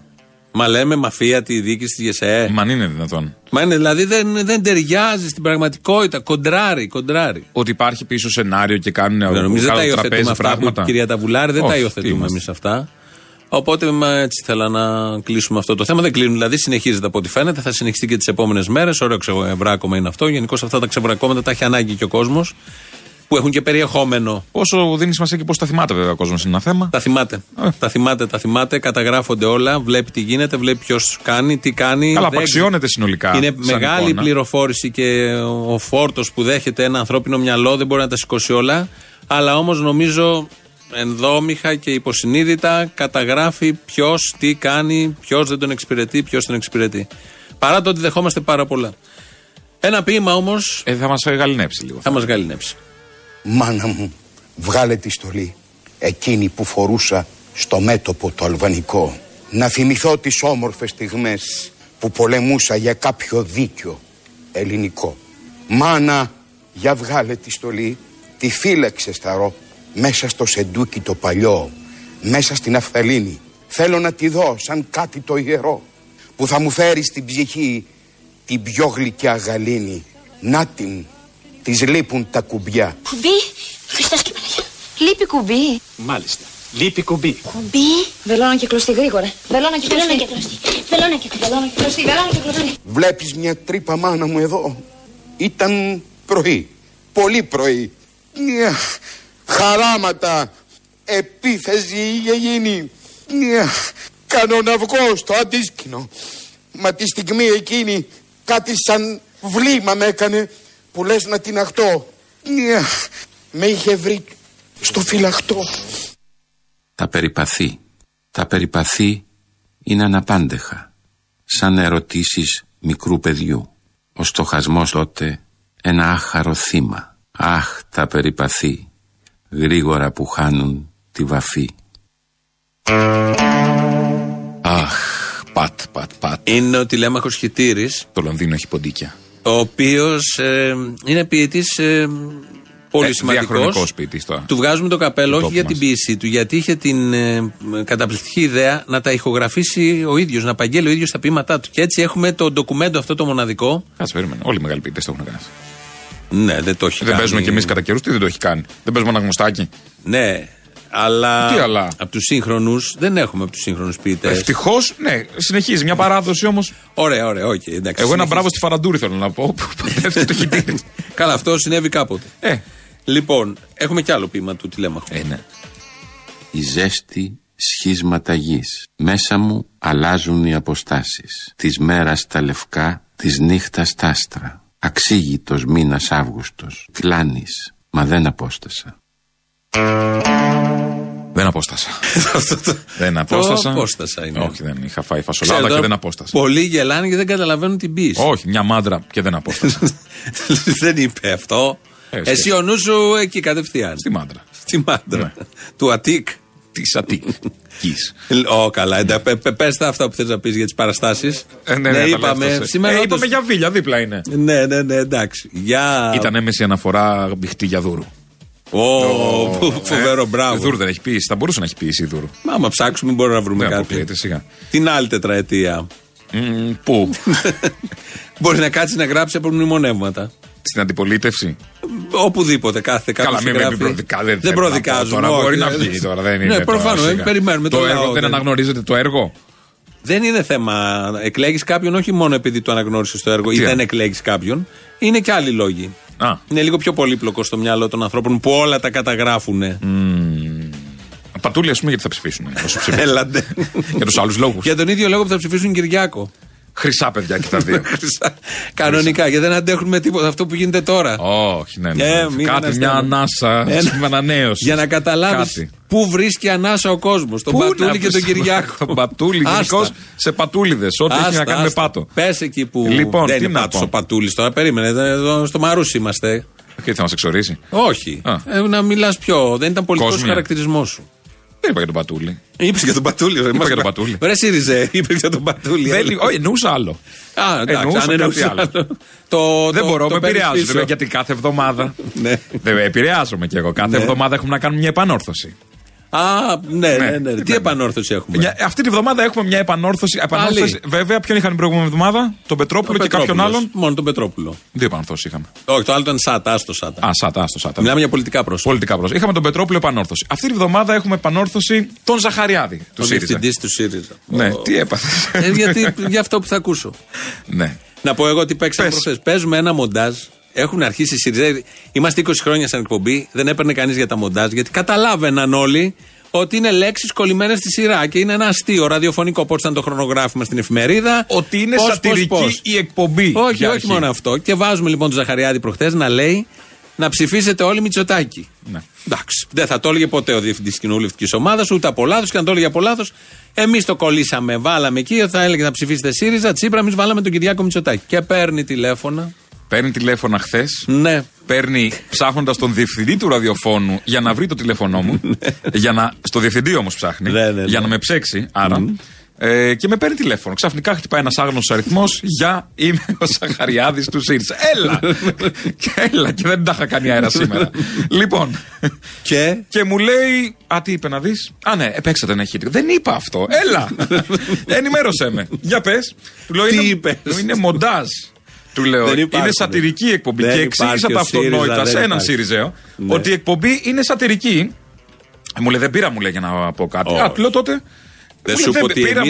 Speaker 6: Μα λέμε μαφία τη διοίκηση της ΓΕΣΕΕ.
Speaker 7: Ε, Μα αν είναι δυνατόν.
Speaker 6: Μα είναι, δηλαδή δεν, δεν ταιριάζει στην πραγματικότητα. Κοντράρει, κοντράρει.
Speaker 7: Ότι υπάρχει πίσω σενάριο και κάνουν
Speaker 6: Ναι, νομίζω δεν τα
Speaker 7: κάνουν τραπέζι
Speaker 6: υιοθετούμε αυτά που
Speaker 7: πράγματα.
Speaker 6: η κυρία Ταβουλάρη δεν τα
Speaker 7: Όχι, τι
Speaker 6: υιοθετούμε
Speaker 7: είμαστε.
Speaker 6: εμείς αυτά. Οπότε μα, έτσι ήθελα να κλείσουμε αυτό το θέμα. Δεν κλείνουν, δηλαδή συνεχίζεται από ό,τι φαίνεται. Θα συνεχιστεί και τις επόμενες μέρες. Ωραίο ξεβράκωμα είναι αυτό. Γενικώς αυτά τα ξεβρακώματα τα έχει ανάγκη και ο κόσμος που έχουν και περιεχόμενο.
Speaker 7: Όσο δίνει σημασία και πώς τα θυμάται, βέβαια, ο κόσμος είναι ένα θέμα.
Speaker 6: Τα θυμάται.
Speaker 7: Ε.
Speaker 6: Τα θυμάται, τα θυμάται. Καταγράφονται όλα. Βλέπει τι γίνεται, βλέπει ποιος κάνει, τι κάνει.
Speaker 7: Καλά,
Speaker 6: Δεν-
Speaker 7: απαξιώνεται συνολικά.
Speaker 6: Είναι
Speaker 7: σαν
Speaker 6: μεγάλη η
Speaker 7: εικόνα.
Speaker 6: πληροφόρηση και ο φόρτος που δέχεται ένα ανθρώπινο μυαλό δεν μπορεί να τα σηκώσει όλα. Αλλά όμως νομίζω ενδόμηχα και υποσυνείδητα καταγράφει ποιος τι κάνει, ποιος δεν τον εξυπηρετεί, ποιος τον εξυπηρετεί. Παρά το ότι δεχόμαστε πάρα πολλά. Ένα ποίημα όμως.
Speaker 7: Ε, θα μας γαλινέψει λίγο.
Speaker 6: Θα μας γαλινέψει.
Speaker 23: Μάνα μου, βγάλε τη στολή, εκείνη που φορούσα στο μέτωπο το αλβανικό. Να θυμηθώ τις όμορφες στιγμές που πολεμούσα για κάποιο δίκιο ελληνικό. Μάνα, για βγάλε τη στολή, τη φύλαξε σταρό, μέσα στο σεντούκι το παλιό, μέσα στην αυθαλήνη. Θέλω να τη δω σαν κάτι το ιερό, που θα μου φέρει στην ψυχή την πιο γλυκιά γαλήνη. Να την, της λείπουν τα κουμπιά.
Speaker 24: Κουμπί, Χριστός και Παναγία. Λείπει κουμπί.
Speaker 23: Μάλιστα. Λείπει κουμπί.
Speaker 24: Κουμπί. Βελόνα και κλωστή γρήγορα. Βελόνα και κλωστή. Βελόνα και κλωστή. Βελόνα και κλωστή. Βελόνα και κλωστή. Βελόνα και κλωστή.
Speaker 23: Βλέπεις μια τρύπα μάνα μου εδώ. Ήταν πρωί. Πολύ πρωί. Μια Ε, χαράματα. Επίθεση είχε γίνει. Μια κανοναυγό στο αντίσκηνο. Μα τη στιγμή εκείνη κάτι σαν βλήμα με έκανε που λες να την αχτώ. Μια με είχε βρει στο φυλαχτό.
Speaker 25: Τα περιπαθεί. Τα περιπαθεί είναι αναπάντεχα. Σαν ερωτήσεις μικρού παιδιού. Ο στοχασμός τότε ένα άχαρο θύμα. Αχ, τα περιπαθεί. Γρήγορα που χάνουν τη βαφή.
Speaker 7: Αχ, πατ, πατ, πατ.
Speaker 6: Είναι ο τηλέμαχος Χιτήρης.
Speaker 7: Το Λονδίνο έχει ποντίκια.
Speaker 6: Ο οποίος είναι ποιητής πολύ σημαντικό.
Speaker 7: Ε, Διαχρονικός ποιητής τώρα.
Speaker 6: Του βγάζουμε το καπέλο,
Speaker 7: Το
Speaker 6: όχι για
Speaker 7: μας.
Speaker 6: την ποιησή του, γιατί είχε την ε, καταπληκτική ιδέα να τα ηχογραφήσει ο ίδιος, να απαγγέλει ο ίδιος τα ποίηματά του. Και έτσι έχουμε το ντοκουμέντο αυτό το μοναδικό.
Speaker 7: Κάτσε, περίμενε. Όλοι οι μεγάλοι ποιητές το έχουν κάνει. αυτό.
Speaker 6: Ναι, δεν το έχει
Speaker 7: Δεν
Speaker 6: κάνει.
Speaker 7: παίζουμε κι εμείς κατά καιρούς, τι δεν το έχει κάνει. Δεν παίζουμε ένα γνωστάκι.
Speaker 6: Ναι. Αλλά,
Speaker 7: Τι αλλά?
Speaker 6: από τους σύγχρονους δεν έχουμε από τους σύγχρονους ποιητές.
Speaker 7: Ευτυχώς, ναι, συνεχίζει. Μια παράδοση όμως.
Speaker 6: Ωραία, ωραία, οκ. εντάξει,
Speaker 7: Εγώ ένα
Speaker 6: συνεχίζει.
Speaker 7: μπράβο στη Φαραντούρη θέλω να πω. που πέφτει το χιτήρι.
Speaker 6: <laughs> Καλά, αυτό συνέβη κάποτε.
Speaker 7: Ε.
Speaker 6: Λοιπόν, έχουμε κι άλλο ποίημα του τηλέμαχου.
Speaker 7: ναι.
Speaker 6: <laughs>
Speaker 25: Η ζέστη σχίσματα γης. Μέσα μου αλλάζουν οι αποστάσεις. Της μέρας τα λευκά, της νύχτας τα άστρα. Αξίγητος μήνας Αύγουστος. Κλάνης, μα δεν απόστασα.
Speaker 7: Δεν απόστασα. δεν απόστασα.
Speaker 6: απόστασα είναι.
Speaker 7: Όχι, δεν είχα φάει
Speaker 6: Ξέρω
Speaker 7: φασολάδα
Speaker 6: τώρα,
Speaker 7: και δεν απόστασα.
Speaker 6: Πολλοί γελάνε και δεν καταλαβαίνουν την ποιήση.
Speaker 7: Όχι, μια μάντρα και δεν απόστασα.
Speaker 6: <laughs> δεν είπε αυτό.
Speaker 7: Ε, σχέση. Ναι.
Speaker 6: Εσύ ο νους σου εκεί κατευθείαν. Στη
Speaker 7: μάντρα.
Speaker 6: Στη μάντρα. Του Αττικ.
Speaker 7: Της Αττικ.
Speaker 6: Ω, καλά. εντάξει, πε- πες τα αυτά που θες να πεις για τις παραστάσεις.
Speaker 7: Ε, ναι, ναι, τα λέω
Speaker 6: είπαμε.
Speaker 7: αυτά σε-
Speaker 6: Σήμερα
Speaker 7: Ε,
Speaker 6: όντως-
Speaker 7: είπαμε για βίλια, δίπλα είναι.
Speaker 6: Ναι, ναι, ναι, εντάξει. Για.
Speaker 7: Ήταν έμεση αναφορά μπιχτή για δούρου.
Speaker 6: Ω,
Speaker 7: Ε,
Speaker 6: φοβερό, μπράβο.
Speaker 7: Δούρου δεν έχει ποιήσει. Θα μπορούσε να έχει ποιήσει η δούρου.
Speaker 6: Μα άμα ψάξουμε μπορούμε να βρούμε
Speaker 7: Δεν
Speaker 6: κάτι.
Speaker 7: Ναι, αποκλείεται σιγά.
Speaker 6: Την άλλη
Speaker 7: <laughs>
Speaker 6: τετραετία.
Speaker 7: Πού?
Speaker 6: Μπορεί να κάτσεις να γράψεις από μνημονεύματα.
Speaker 7: Στην αντιπολίτευση.
Speaker 6: Οπουδήποτε κάθε κάποιος.
Speaker 7: Καλά, μην με προδικά, δεν,
Speaker 6: δεν
Speaker 7: θέλω να πω
Speaker 6: προδικάζουμε.
Speaker 7: Τώρα
Speaker 6: όχι,
Speaker 7: μπορεί να
Speaker 6: δεν-
Speaker 7: βγει τώρα. Δεν είναι
Speaker 6: Ναι,
Speaker 7: τώρα
Speaker 6: προφανώς.
Speaker 7: σιγά.
Speaker 6: Περιμένουμε ναι.
Speaker 7: το
Speaker 6: το
Speaker 7: έργο. Δεν αναγνωρίζεται το έργο.
Speaker 6: Δεν είναι θέμα. Εκλέγεις κάποιον όχι μόνο επειδή το αναγνώρισες το έργο ή
Speaker 7: Τι,
Speaker 6: δεν
Speaker 7: ε?
Speaker 6: εκλέγεις κάποιον. Είναι και άλλοι λόγοι.
Speaker 7: Α.
Speaker 6: Είναι λίγο πιο πολύπλοκο στο μυαλό των ανθρώπων που όλα τα καταγράφουν.
Speaker 7: Πατούλη, ας πούμε, γιατί θα ψηφίσουν. όσοι ψηφίσουν.
Speaker 6: Έλαντε.
Speaker 7: Για τους άλλους λόγους.
Speaker 6: Για τον ίδιο λόγο που θα ψηφίσουν Κυριάκο.
Speaker 7: Χρυσά παιδιά και τα δύο.
Speaker 6: <laughs> Χρυσά. Κανονικά, γιατί δεν αντέχουν με τίποτα αυτό που γίνεται τώρα.
Speaker 7: Όχι, ναι, ναι.
Speaker 6: Ε, μην
Speaker 7: Κάτι, μια
Speaker 6: αναστάμε.
Speaker 7: ανάσα.
Speaker 6: Ένα-
Speaker 7: Με ανανέωσης.
Speaker 6: Για να καταλάβεις
Speaker 7: Κάτι.
Speaker 6: πού βρίσκει ανάσα ο κόσμος. Τον
Speaker 7: Πού
Speaker 6: Πατούλη
Speaker 7: να
Speaker 6: και τον
Speaker 7: βρεις- <laughs>
Speaker 6: Κυριάκο.
Speaker 7: Τον Πατούλη,
Speaker 6: Άστα.
Speaker 7: γενικώς σε πατούλιδες. Ό,τι έχει να
Speaker 6: Άστα,
Speaker 7: κάνει με
Speaker 6: άστα.
Speaker 7: πάτο.
Speaker 6: Πες εκεί που
Speaker 7: Λοιπόν,
Speaker 6: δεν
Speaker 7: τι
Speaker 6: είναι
Speaker 7: να
Speaker 6: πάτος
Speaker 7: πω.
Speaker 6: ο Πατούλης τώρα. Περίμενε, εδώ- εδώ στο Μαρούσι είμαστε.
Speaker 7: Και θα μας εξορίσει.
Speaker 6: Όχι.
Speaker 7: Α.
Speaker 6: Ε, να μιλάς πιο. Δεν ήταν πολιτικός
Speaker 7: Κόσμια.
Speaker 6: χαρακτηρισμός σου.
Speaker 7: Δεν είπα για τον Πατούλη.
Speaker 6: Είπες για τον Πατούλη. ρε,
Speaker 7: Είπα
Speaker 6: μας-
Speaker 7: για τον Πατούλη.
Speaker 6: Ρε ΣΥΡΙΖΕ, είπες για τον Πατούλη.
Speaker 7: Δεν-
Speaker 6: έλα.
Speaker 7: Όχι, εννοούσα άλλο.
Speaker 6: Α,
Speaker 7: Ε,
Speaker 6: εντάξει,
Speaker 7: εννοούσα
Speaker 6: αν
Speaker 7: κάτι
Speaker 6: εννοούσα
Speaker 7: άλλο.
Speaker 6: άλλο. <laughs> Το-
Speaker 7: Δεν
Speaker 6: το-
Speaker 7: μπορώ,
Speaker 6: το
Speaker 7: με
Speaker 6: παίρνεις
Speaker 7: επηρεάζουν.
Speaker 6: πίσω.
Speaker 7: ρε, Γιατί κάθε εβδομάδα.
Speaker 6: Ναι.
Speaker 7: Δεν επηρεάζομαι κι εγώ. Κάθε εβδομάδα έχουμε να κάνουμε μια επανόρθωση.
Speaker 6: Α, ναι, ναι, ναι. Τι επανόρθωση έχουμε.
Speaker 7: Για- αυτή τη βδομάδα έχουμε μια επανόρθωση. επανόρθωση βέβαια, ποιον είχαν την προηγούμενη εβδομάδα, τον Πετρόπουλο και κάποιον
Speaker 6: Πετρόπουλος.
Speaker 7: άλλον.
Speaker 6: Μόνο τον Πετρόπουλο.
Speaker 7: Δύο επανόρθωση είχαμε.
Speaker 6: Όχι, το άλλο ήταν ΣΑΤΑ, άστο ΣΑΤΑ.
Speaker 7: Α, σάτα, άστο, σάτα.
Speaker 6: Μιλάμε για πολιτικά πρόσωπα.
Speaker 7: Πολιτικά πρόσωπα. Είχαμε τον Πετρόπουλο επανόρθωση. Αυτή τη βδομάδα έχουμε επανόρθωση τον Ζαχαριάδη του
Speaker 6: Ο
Speaker 7: ΣΥΡΙΖΑ.
Speaker 6: διευθυντή του ΣΥΡΙΖΑ.
Speaker 7: Ναι,
Speaker 6: Ο-
Speaker 7: τι έπαθε.
Speaker 6: Ε, γιατί, για αυτό που θα ακούσω.
Speaker 7: <laughs> ναι.
Speaker 6: Να πω εγώ τι παίξαμε
Speaker 7: Πες.
Speaker 6: προχθές. Παίζουμε ένα μοντάζ. Έχουν αρχίσει οι ΣΥΡΙΖΑ. Είμαστε 20 χρόνια σαν εκπομπή. Δεν έπαιρνε κανείς για τα μοντάζ γιατί καταλάβαιναν όλοι ότι είναι λέξεις κολλημένες στη σειρά και είναι ένα αστείο ραδιοφωνικό. Πώς ήταν το χρονογράφημα στην εφημερίδα.
Speaker 7: Ότι είναι
Speaker 6: πώς, πώς,
Speaker 7: σατυρική
Speaker 6: πώς.
Speaker 7: η εκπομπή.
Speaker 6: Όχι,
Speaker 7: για
Speaker 6: όχι
Speaker 7: αρχή.
Speaker 6: μόνο αυτό. Και βάζουμε λοιπόν τον Ζαχαριάδη προχθές να λέει να ψηφίσετε όλοι Μητσοτάκη.
Speaker 7: Ναι.
Speaker 6: Εντάξει. Δεν θα το έλεγε ποτέ ο διευθυντής κοινοβουλευτική ομάδας, ούτε από λάθος και αν το έλεγε από λάθος. Εμείς το κολλήσαμε, βάλαμε εκεί. Θα έλεγε να ψηφίσετε ΣΥΡΙΖΑ, Τσίπρα, εμείς βάλαμε τον Κυριάκο Μητσοτάκη. Και παίρνει τηλέφωνα.
Speaker 7: Παίρνει τηλέφωνα χθες.
Speaker 6: Ναι.
Speaker 7: Παίρνει ψάχνοντας τον διευθυντή του ραδιοφώνου για να βρει το τηλέφωνό μου. για να, στο διευθυντή όμως ψάχνει.
Speaker 6: ναι.
Speaker 7: Για να με ψέξει, άρα. Ε, και με παίρνει τηλέφωνο. Ξαφνικά χτυπάει ένας άγνωστος αριθμός για είμαι ο Σαχαριάδη του ΣΥΡΙΖΑ.
Speaker 6: <laughs>
Speaker 7: Έλα! και έλα, και δεν τα είχα κάνει αέρα σήμερα. λοιπόν,
Speaker 6: Και.
Speaker 7: και μου λέει, Α, τι είπε να δεις. Α, ναι, επέξατε ένα χίτρι. Δεν είπα αυτό.
Speaker 6: <laughs>
Speaker 7: Έλα! Ενημέρωσέ με. Για πες.
Speaker 6: Τι είπες?
Speaker 7: Είναι μοντάζ. Του λέω.
Speaker 6: Δεν υπάρχει.
Speaker 7: είναι σατυρική η εκπομπή.
Speaker 6: Δεν
Speaker 7: και εξήγησα
Speaker 6: υπάρχει
Speaker 7: τα
Speaker 6: ο ΣΥΡΙΖΑ,
Speaker 7: αυτονόητα
Speaker 6: δεν
Speaker 7: σε έναν
Speaker 6: υπάρχει.
Speaker 7: ΣΥΡΙΖΑΕΟ
Speaker 6: Ναι.
Speaker 7: ότι η εκπομπή είναι σατυρική. Μου λέει, δεν πήρα, μου λέει, για να πω κάτι.
Speaker 6: Όχι.
Speaker 7: Α, του λέω τότε. Μου
Speaker 6: Δεν
Speaker 7: λέει,
Speaker 6: σου πω ότι
Speaker 7: πήρα.
Speaker 6: εμεί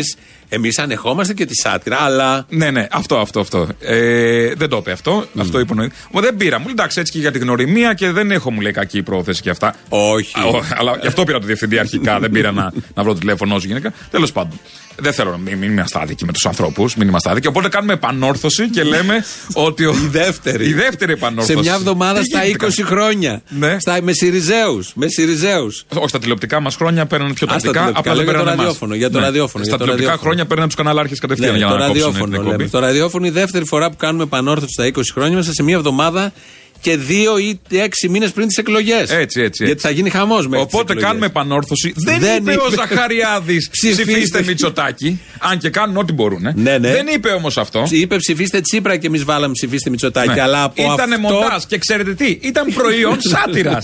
Speaker 6: εμείς ανεχόμαστε και τη σάτυρα, αλλά.
Speaker 7: Ναι, ναι, αυτό, αυτό, αυτό. Ε, δεν το είπε αυτό. Αυτό υπονοεί. Μα δεν πήρα. Μου λέει εντάξει, έτσι και για την γνωριμία και δεν έχω, μου λέει, κακή πρόθεση και αυτά.
Speaker 6: Όχι.
Speaker 7: Α, ο- Αλλά γι' αυτό πήρα το διευθυντή αρχικά. δεν πήρα να, να βρω το τηλέφωνό σου γυναίκα. Τέλος πάντων. Δεν θέλω να μην, μην είμαστε άδικοι με τους ανθρώπους. Μην είμαστε άδικοι. Οπότε κάνουμε επανόρθωση και λέμε ότι. Ο...
Speaker 6: Η δεύτερη.
Speaker 7: Η δεύτερη επανόρθωση.
Speaker 6: Σε μια εβδομάδα
Speaker 7: Τι
Speaker 6: στα
Speaker 7: Ε, γίνεται,
Speaker 6: 20 χρόνια.
Speaker 7: Ναι.
Speaker 6: Στα, με Σιριζέους. Με Σιριζέους.
Speaker 7: Όχι, στα τηλεοπτικά μας χρόνια παίρνανε πιο
Speaker 6: Α, στα
Speaker 7: τακτικά.
Speaker 6: τηλεοπτικά,
Speaker 7: Απλά δεν παίρνανε εμάς.
Speaker 6: λέω για το ραδιόφωνο, για το
Speaker 7: Ναι.
Speaker 6: ραδιόφωνο,
Speaker 7: Στα
Speaker 6: για το
Speaker 7: τηλεοπτικά
Speaker 6: ραδιόφωνο.
Speaker 7: χρόνια παίρνανε του καναλάρχε κατευθείαν
Speaker 6: Ναι,
Speaker 7: για
Speaker 6: το
Speaker 7: να κόψουν την
Speaker 6: ραδιόφωνο. λέμε.
Speaker 7: εκπομπή.
Speaker 6: Το ραδιόφωνο η δεύτερη φορά που κάνουμε επανόρθωση στα 20 χρόνια μέσα σε μία εβδομάδα και δύο ή έξι μήνες πριν τις εκλογές.
Speaker 7: Έτσι, έτσι, έτσι.
Speaker 6: Γιατί θα γίνει χαμός μέχρι τις
Speaker 7: Οπότε
Speaker 6: εκλογές.
Speaker 7: κάνουμε επανόρθωση. Δεν,
Speaker 6: Δεν
Speaker 7: είπε
Speaker 6: είπε.
Speaker 7: ο Ζαχαριάδης
Speaker 6: Ψηφίστε.
Speaker 7: ψηφίστε Μητσοτάκη. Αν και κάνουν ό,τι μπορούν. ε.
Speaker 6: Ναι, ναι.
Speaker 7: Δεν είπε όμως αυτό.
Speaker 6: Είπε ψηφίστε Τσίπρα και εμείς βάλαμε ψηφίστε Μητσοτάκη.
Speaker 7: Ναι.
Speaker 6: Αλλά από
Speaker 7: Ήτανε <laughs>
Speaker 6: αυτό.
Speaker 7: μοντάζ και ξέρετε τι, ήταν προϊόν σάτυρας.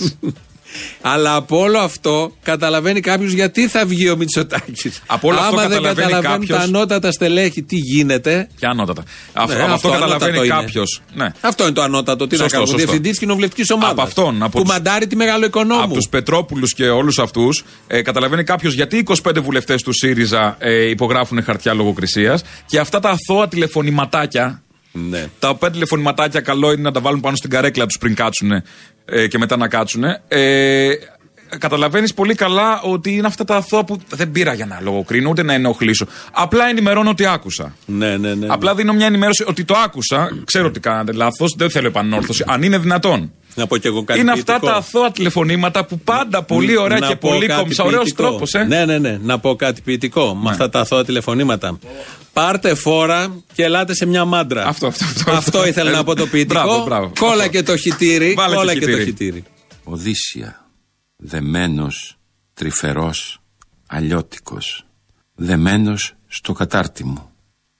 Speaker 6: Αλλά από όλο αυτό καταλαβαίνει κάποιος γιατί θα βγει ο Μητσοτάκης.
Speaker 7: Από όλο
Speaker 6: Άμα
Speaker 7: αυτό
Speaker 6: δεν
Speaker 7: καταλαβαίνει
Speaker 6: καταλαβαίνουν
Speaker 7: κάποιος-
Speaker 6: τα ανώτατα στελέχη τι γίνεται.
Speaker 7: Και ανώτατα. Αυτό,
Speaker 6: Ναι,
Speaker 7: από αυτό,
Speaker 6: αυτό ανώτατο
Speaker 7: καταλαβαίνει
Speaker 6: είναι.
Speaker 7: κάποιος. Ναι.
Speaker 6: Αυτό είναι το ανώτατο. Τι
Speaker 7: Σωστό,
Speaker 6: να κάνουμε.
Speaker 7: σωστό.
Speaker 6: Διευθυντής κοινοβουλευτικής ομάδας.
Speaker 7: Από αυτόν, από τους-
Speaker 6: Κουμαντάρει τη μεγάλο οικονόμου.
Speaker 7: Από τους Πετρόπουλους και όλους αυτούς, ε, καταλαβαίνει κάποιος γιατί 25 βουλευτές του ΣΥΡΙΖΑ ε, υπογράφουν χαρτιά λογοκρισίας και αυτά τα αθώα τηλεφωνηματάκια. Τα οποία τηλεφωνηματάκια καλό είναι να τα βάλουν πάνω στην καρέκλα τους πριν κάτσουν ε, και μετά να κάτσουν. Ε, Καταλαβαίνεις πολύ καλά ότι είναι αυτά τα αθώα που δεν πήρα για να λογοκρίνω ούτε να ενοχλήσω. Απλά ενημερώνω ότι άκουσα.
Speaker 6: Ναι, ναι, ναι.
Speaker 7: Απλά δίνω μια ενημέρωση ότι το άκουσα, ξέρω ότι κάνατε λάθος, δεν θέλω επανόρθωση, αν είναι δυνατόν.
Speaker 6: Να πω και εγώ κάτι
Speaker 7: Είναι αυτά
Speaker 6: ποιητικό.
Speaker 7: τα αθώα τηλεφωνήματα που πάντα πολύ ωραία
Speaker 6: Να
Speaker 7: και
Speaker 6: πω
Speaker 7: πολύ
Speaker 6: κάτι
Speaker 7: κομψά. Ωραίος
Speaker 6: ποιητικό.
Speaker 7: τρόπος, ε. Ναι.
Speaker 6: Ναι, ναι, ναι. Να πω κάτι ποιητικό με αυτά τα αθώα τηλεφωνήματα. Πάρτε φόρα και ελάτε σε μια μάντρα. Αυτό,
Speaker 7: αυτό,
Speaker 6: αυτό, ήθελα να πω το ποιητικό.
Speaker 25: Μπράβο, μπράβο.
Speaker 6: Κόλα και το χιτήρι.
Speaker 25: Βάλε
Speaker 6: Κόλα
Speaker 25: το
Speaker 6: και το
Speaker 25: χιτήρι.
Speaker 6: χιτήρι.
Speaker 25: Οδύσσια, δεμένος, τρυφερός, αλλιώτικος, δεμένος στο κατάρτι μου,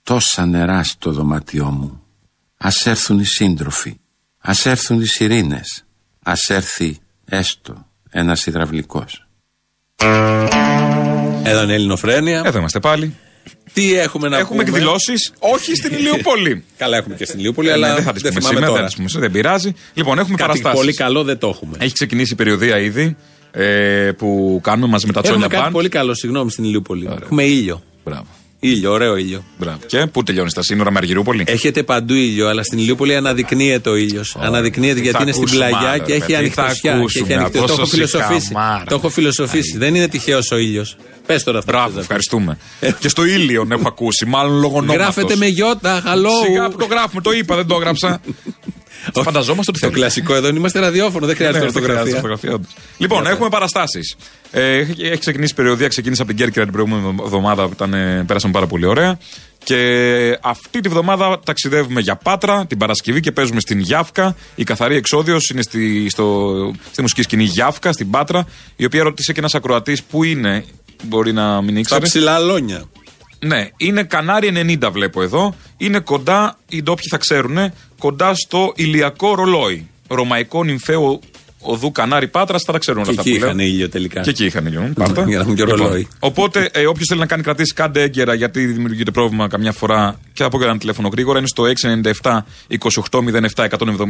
Speaker 25: τόσα νερά στο δωμάτιό μου. Ας έρθουν οι σύντροφοι, ας έρθουν οι σιρήνες, ας έρθει έστω ένας υδραυλικός.
Speaker 6: Εδώ είναι η Ελληνοφρένεια.
Speaker 7: Εδώ είμαστε πάλι.
Speaker 6: Τι έχουμε να
Speaker 7: Έχουμε
Speaker 6: πούμε.
Speaker 7: εκδηλώσεις, όχι στην
Speaker 6: <laughs>
Speaker 7: Ηλιούπολη.
Speaker 6: Καλά, έχουμε και στην Ηλιούπολη,
Speaker 7: Ε,
Speaker 6: αλλά
Speaker 7: ναι, δεν θα τις
Speaker 6: δεν
Speaker 7: πούμε
Speaker 6: θυμάμαι
Speaker 7: σήμερα,
Speaker 6: τώρα.
Speaker 7: δεν τις πούμε, δεν πειράζει. Λοιπόν, έχουμε
Speaker 6: Κάτι
Speaker 7: παραστάσεις.
Speaker 6: πολύ καλό δεν το έχουμε.
Speaker 7: Έχει ξεκινήσει η περιοδία ήδη ε, που κάνουμε μαζί με τα
Speaker 6: Έχουμε
Speaker 7: Τσόνια
Speaker 6: κάτι
Speaker 7: Μπαν.
Speaker 6: πολύ καλό, συγγνώμη, στην Ηλιούπολη. Έχουμε ήλιο.
Speaker 7: Μπράβο.
Speaker 6: Ήλιο, ωραίο ήλιο.
Speaker 7: Μπράβο. Και πού τελειώνεις τα σύνορα με Αργυρούπολη.
Speaker 6: Έχετε παντού ήλιο, αλλά στην Ηλιούπολη αναδεικνύεται ο ήλιος. αναδεικνύεται
Speaker 7: τι
Speaker 6: γιατί
Speaker 7: θα
Speaker 6: είναι στην
Speaker 7: ακούσουμε
Speaker 6: πλαγιά
Speaker 7: άλλο,
Speaker 6: και
Speaker 7: ρε
Speaker 6: έχει
Speaker 7: παιδί,
Speaker 6: ανοιχτωσιά.
Speaker 7: τι θα
Speaker 6: και
Speaker 7: ακούσουμε,
Speaker 6: έχει ανοιχτό- Το
Speaker 7: από
Speaker 6: έχω
Speaker 7: σωσή
Speaker 6: φιλοσοφήσει.
Speaker 7: καμάρα.
Speaker 6: Το έχω φιλοσοφήσει. Δεν είναι τυχαίος ο ήλιος. Πες τώρα αυτό.
Speaker 7: Μπράβο, ευχαριστούμε. και στο Ήλιον έχω ακούσει, μάλλον λογονόματος.
Speaker 6: Ε. Γράφεται με γιώτα, χαλό.
Speaker 7: Σιγά που <laughs> το γράφουμε, το είπα, δεν το έγραψα. Φανταζόμαστε ότι
Speaker 6: Το κλασικό εδώ είναι, είμαστε ραδιόφωνο, δεν χρειάζεται
Speaker 7: Ναι, δεν χρειάζεται
Speaker 6: ορθογραφία.
Speaker 7: ορθογραφία, όντως. Λοιπόν, έχουμε παραστάσεις. Ε, έχει έχει ξεκινήσει η περιοδία, ξεκίνησε από την Κέρκυρα την προηγούμενη εβδομάδα που ήταν, ε, πέρασαν πάρα πολύ ωραία. Και αυτή τη βδομάδα ταξιδεύουμε για Πάτρα την Παρασκευή και παίζουμε στην Γιάφκα. Η καθαρή εξόδιος είναι στη, στο, στη μουσική σκηνή Γιάφκα, στην Πάτρα, η οποία ρώτησε και ένας ακροατής που είναι. Μπορεί να μην ήξερε.
Speaker 6: Στα ψηλά λόγια.
Speaker 7: Ναι, είναι Κανάρι 90 βλέπω εδώ. Είναι κοντά, οι ντόπιοι θα ξέρουν, κοντά στο ηλιακό ρολόι. Ρωμαϊκό νυμφαίο οδού Κανάρι Πάτρας, θα τα ξέρουν όλα
Speaker 6: Και
Speaker 7: αυτά
Speaker 6: εκεί
Speaker 7: που λέω.
Speaker 6: είχαν ήλιο τελικά.
Speaker 7: Και εκεί είχαν ήλιο. Πάρτα.
Speaker 6: Ναι, Για να έχουν και
Speaker 7: Λοιπόν,
Speaker 6: ρολόι.
Speaker 7: Οπότε, ε, όποιος θέλει να κάνει κρατήσει, κάντε έγκαιρα γιατί δημιουργείται πρόβλημα καμιά φορά. Και θα πω και ένα τηλέφωνο γρήγορα. Είναι στο 697-2807-170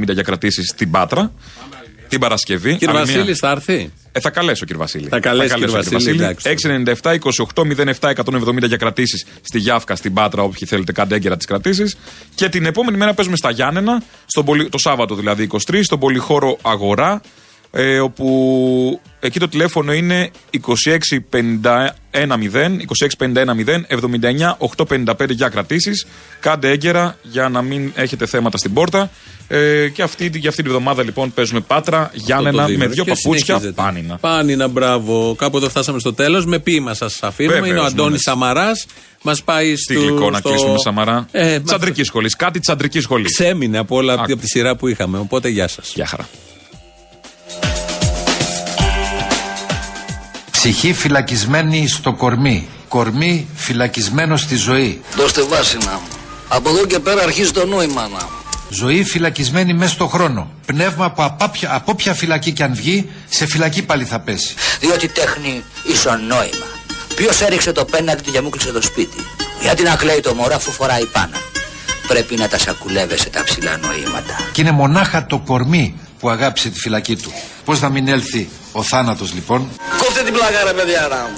Speaker 7: για κρατήσει στην Πάτρα. Την Παρασκευή.
Speaker 6: Κύριε
Speaker 7: Άλλη μια-
Speaker 6: Βασίλη, θα έρθει.
Speaker 7: ε, θα καλέσω κύριε Βασίλη.
Speaker 6: Θα καλέσει, κύριε Βασίλη, εντάξει.
Speaker 7: 697-28-07-170 για κρατήσεις στη Γιάφκα, στην Πάτρα, όποιοι θέλετε, κάντε έγκαιρα τις κρατήσεις. Και την επόμενη μέρα παίζουμε στα Γιάννενα, στον πολυ... το Σάββατο δηλαδή 23, στον πολυχώρο Αγορά, ε, όπου εκεί το τηλέφωνο είναι 2651-0-29-855 για κρατήσεις. Κάντε έγκαιρα για να μην έχετε θέματα στην πόρτα. Ε, και αυτή, για αυτή την εβδομάδα λοιπόν παίζουμε Πάτρα, Γιάννενα με
Speaker 6: το δίμηνο.
Speaker 7: δύο
Speaker 6: Και
Speaker 7: παπούτσια
Speaker 6: συνεχίζεται.
Speaker 7: πάνινα.
Speaker 6: Πάνινα, μπράβο. Κάπου εδώ φτάσαμε στο τέλος. Με ποίημα σας αφήνουμε.
Speaker 7: Βεβαίως,
Speaker 6: Είναι ο Αντώνης
Speaker 7: ναι.
Speaker 6: Σαμαράς. Μας πάει στο.
Speaker 7: Τι γλυκό να
Speaker 6: στο-
Speaker 7: κλείσουμε, Σαμαρά.
Speaker 6: Ε,
Speaker 7: Ε,
Speaker 6: μα-
Speaker 7: τσαντρική σχολή. Κάτι τσαντρική σχολή.
Speaker 6: Ξέμεινε από όλα από τη σειρά που είχαμε. Οπότε γεια σας.
Speaker 7: Γεια χαρά.
Speaker 1: Ψυχή φυλακισμένη στο κορμί. Κορμί φυλακισμένο στη ζωή.
Speaker 4: Δώστε βάση να μου. Από εδώ και πέρα αρχίζει το νόημα να μου.
Speaker 1: Ζωή φυλακισμένη μέσα στο χρόνο. Πνεύμα που από όποια, από όποια φυλακή κι αν βγει, σε φυλακή πάλι θα πέσει.
Speaker 4: Διότι τέχνη ίσον νόημα. Ποιος έριξε το πέναλτι και μου κλείσε το σπίτι. Γιατί να κλαίει το μωρό αφού φοράει πάνα. Πρέπει να τα σακουλεύεσαι τα ψηλά νοήματα.
Speaker 1: Και είναι μονάχα το κορμί που αγάπησε τη φυλακή του. Πώς να μην έλθει ο θάνατος λοιπόν.
Speaker 4: Κόφτε την πλάκα ρε παιδιά να μου.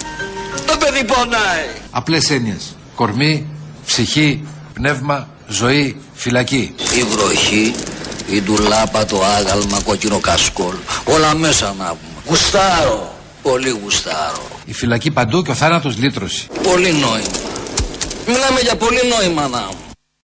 Speaker 4: Το παιδί πονάει.
Speaker 1: Απλές έννοιες. Κορμί, ψυχή, πνεύμα, ζωή, φυλακή.
Speaker 4: Η βροχή, η ντουλάπα, το άγαλμα, κόκκινο κασκόλ. Όλα μέσα να πούμε. Γουστάρω. Πολύ γουστάρω.
Speaker 1: Η φυλακή παντού και ο θάνατος λύτρωση.
Speaker 4: Πολύ νόημα. Μιλάμε για πολύ νόημα να μου.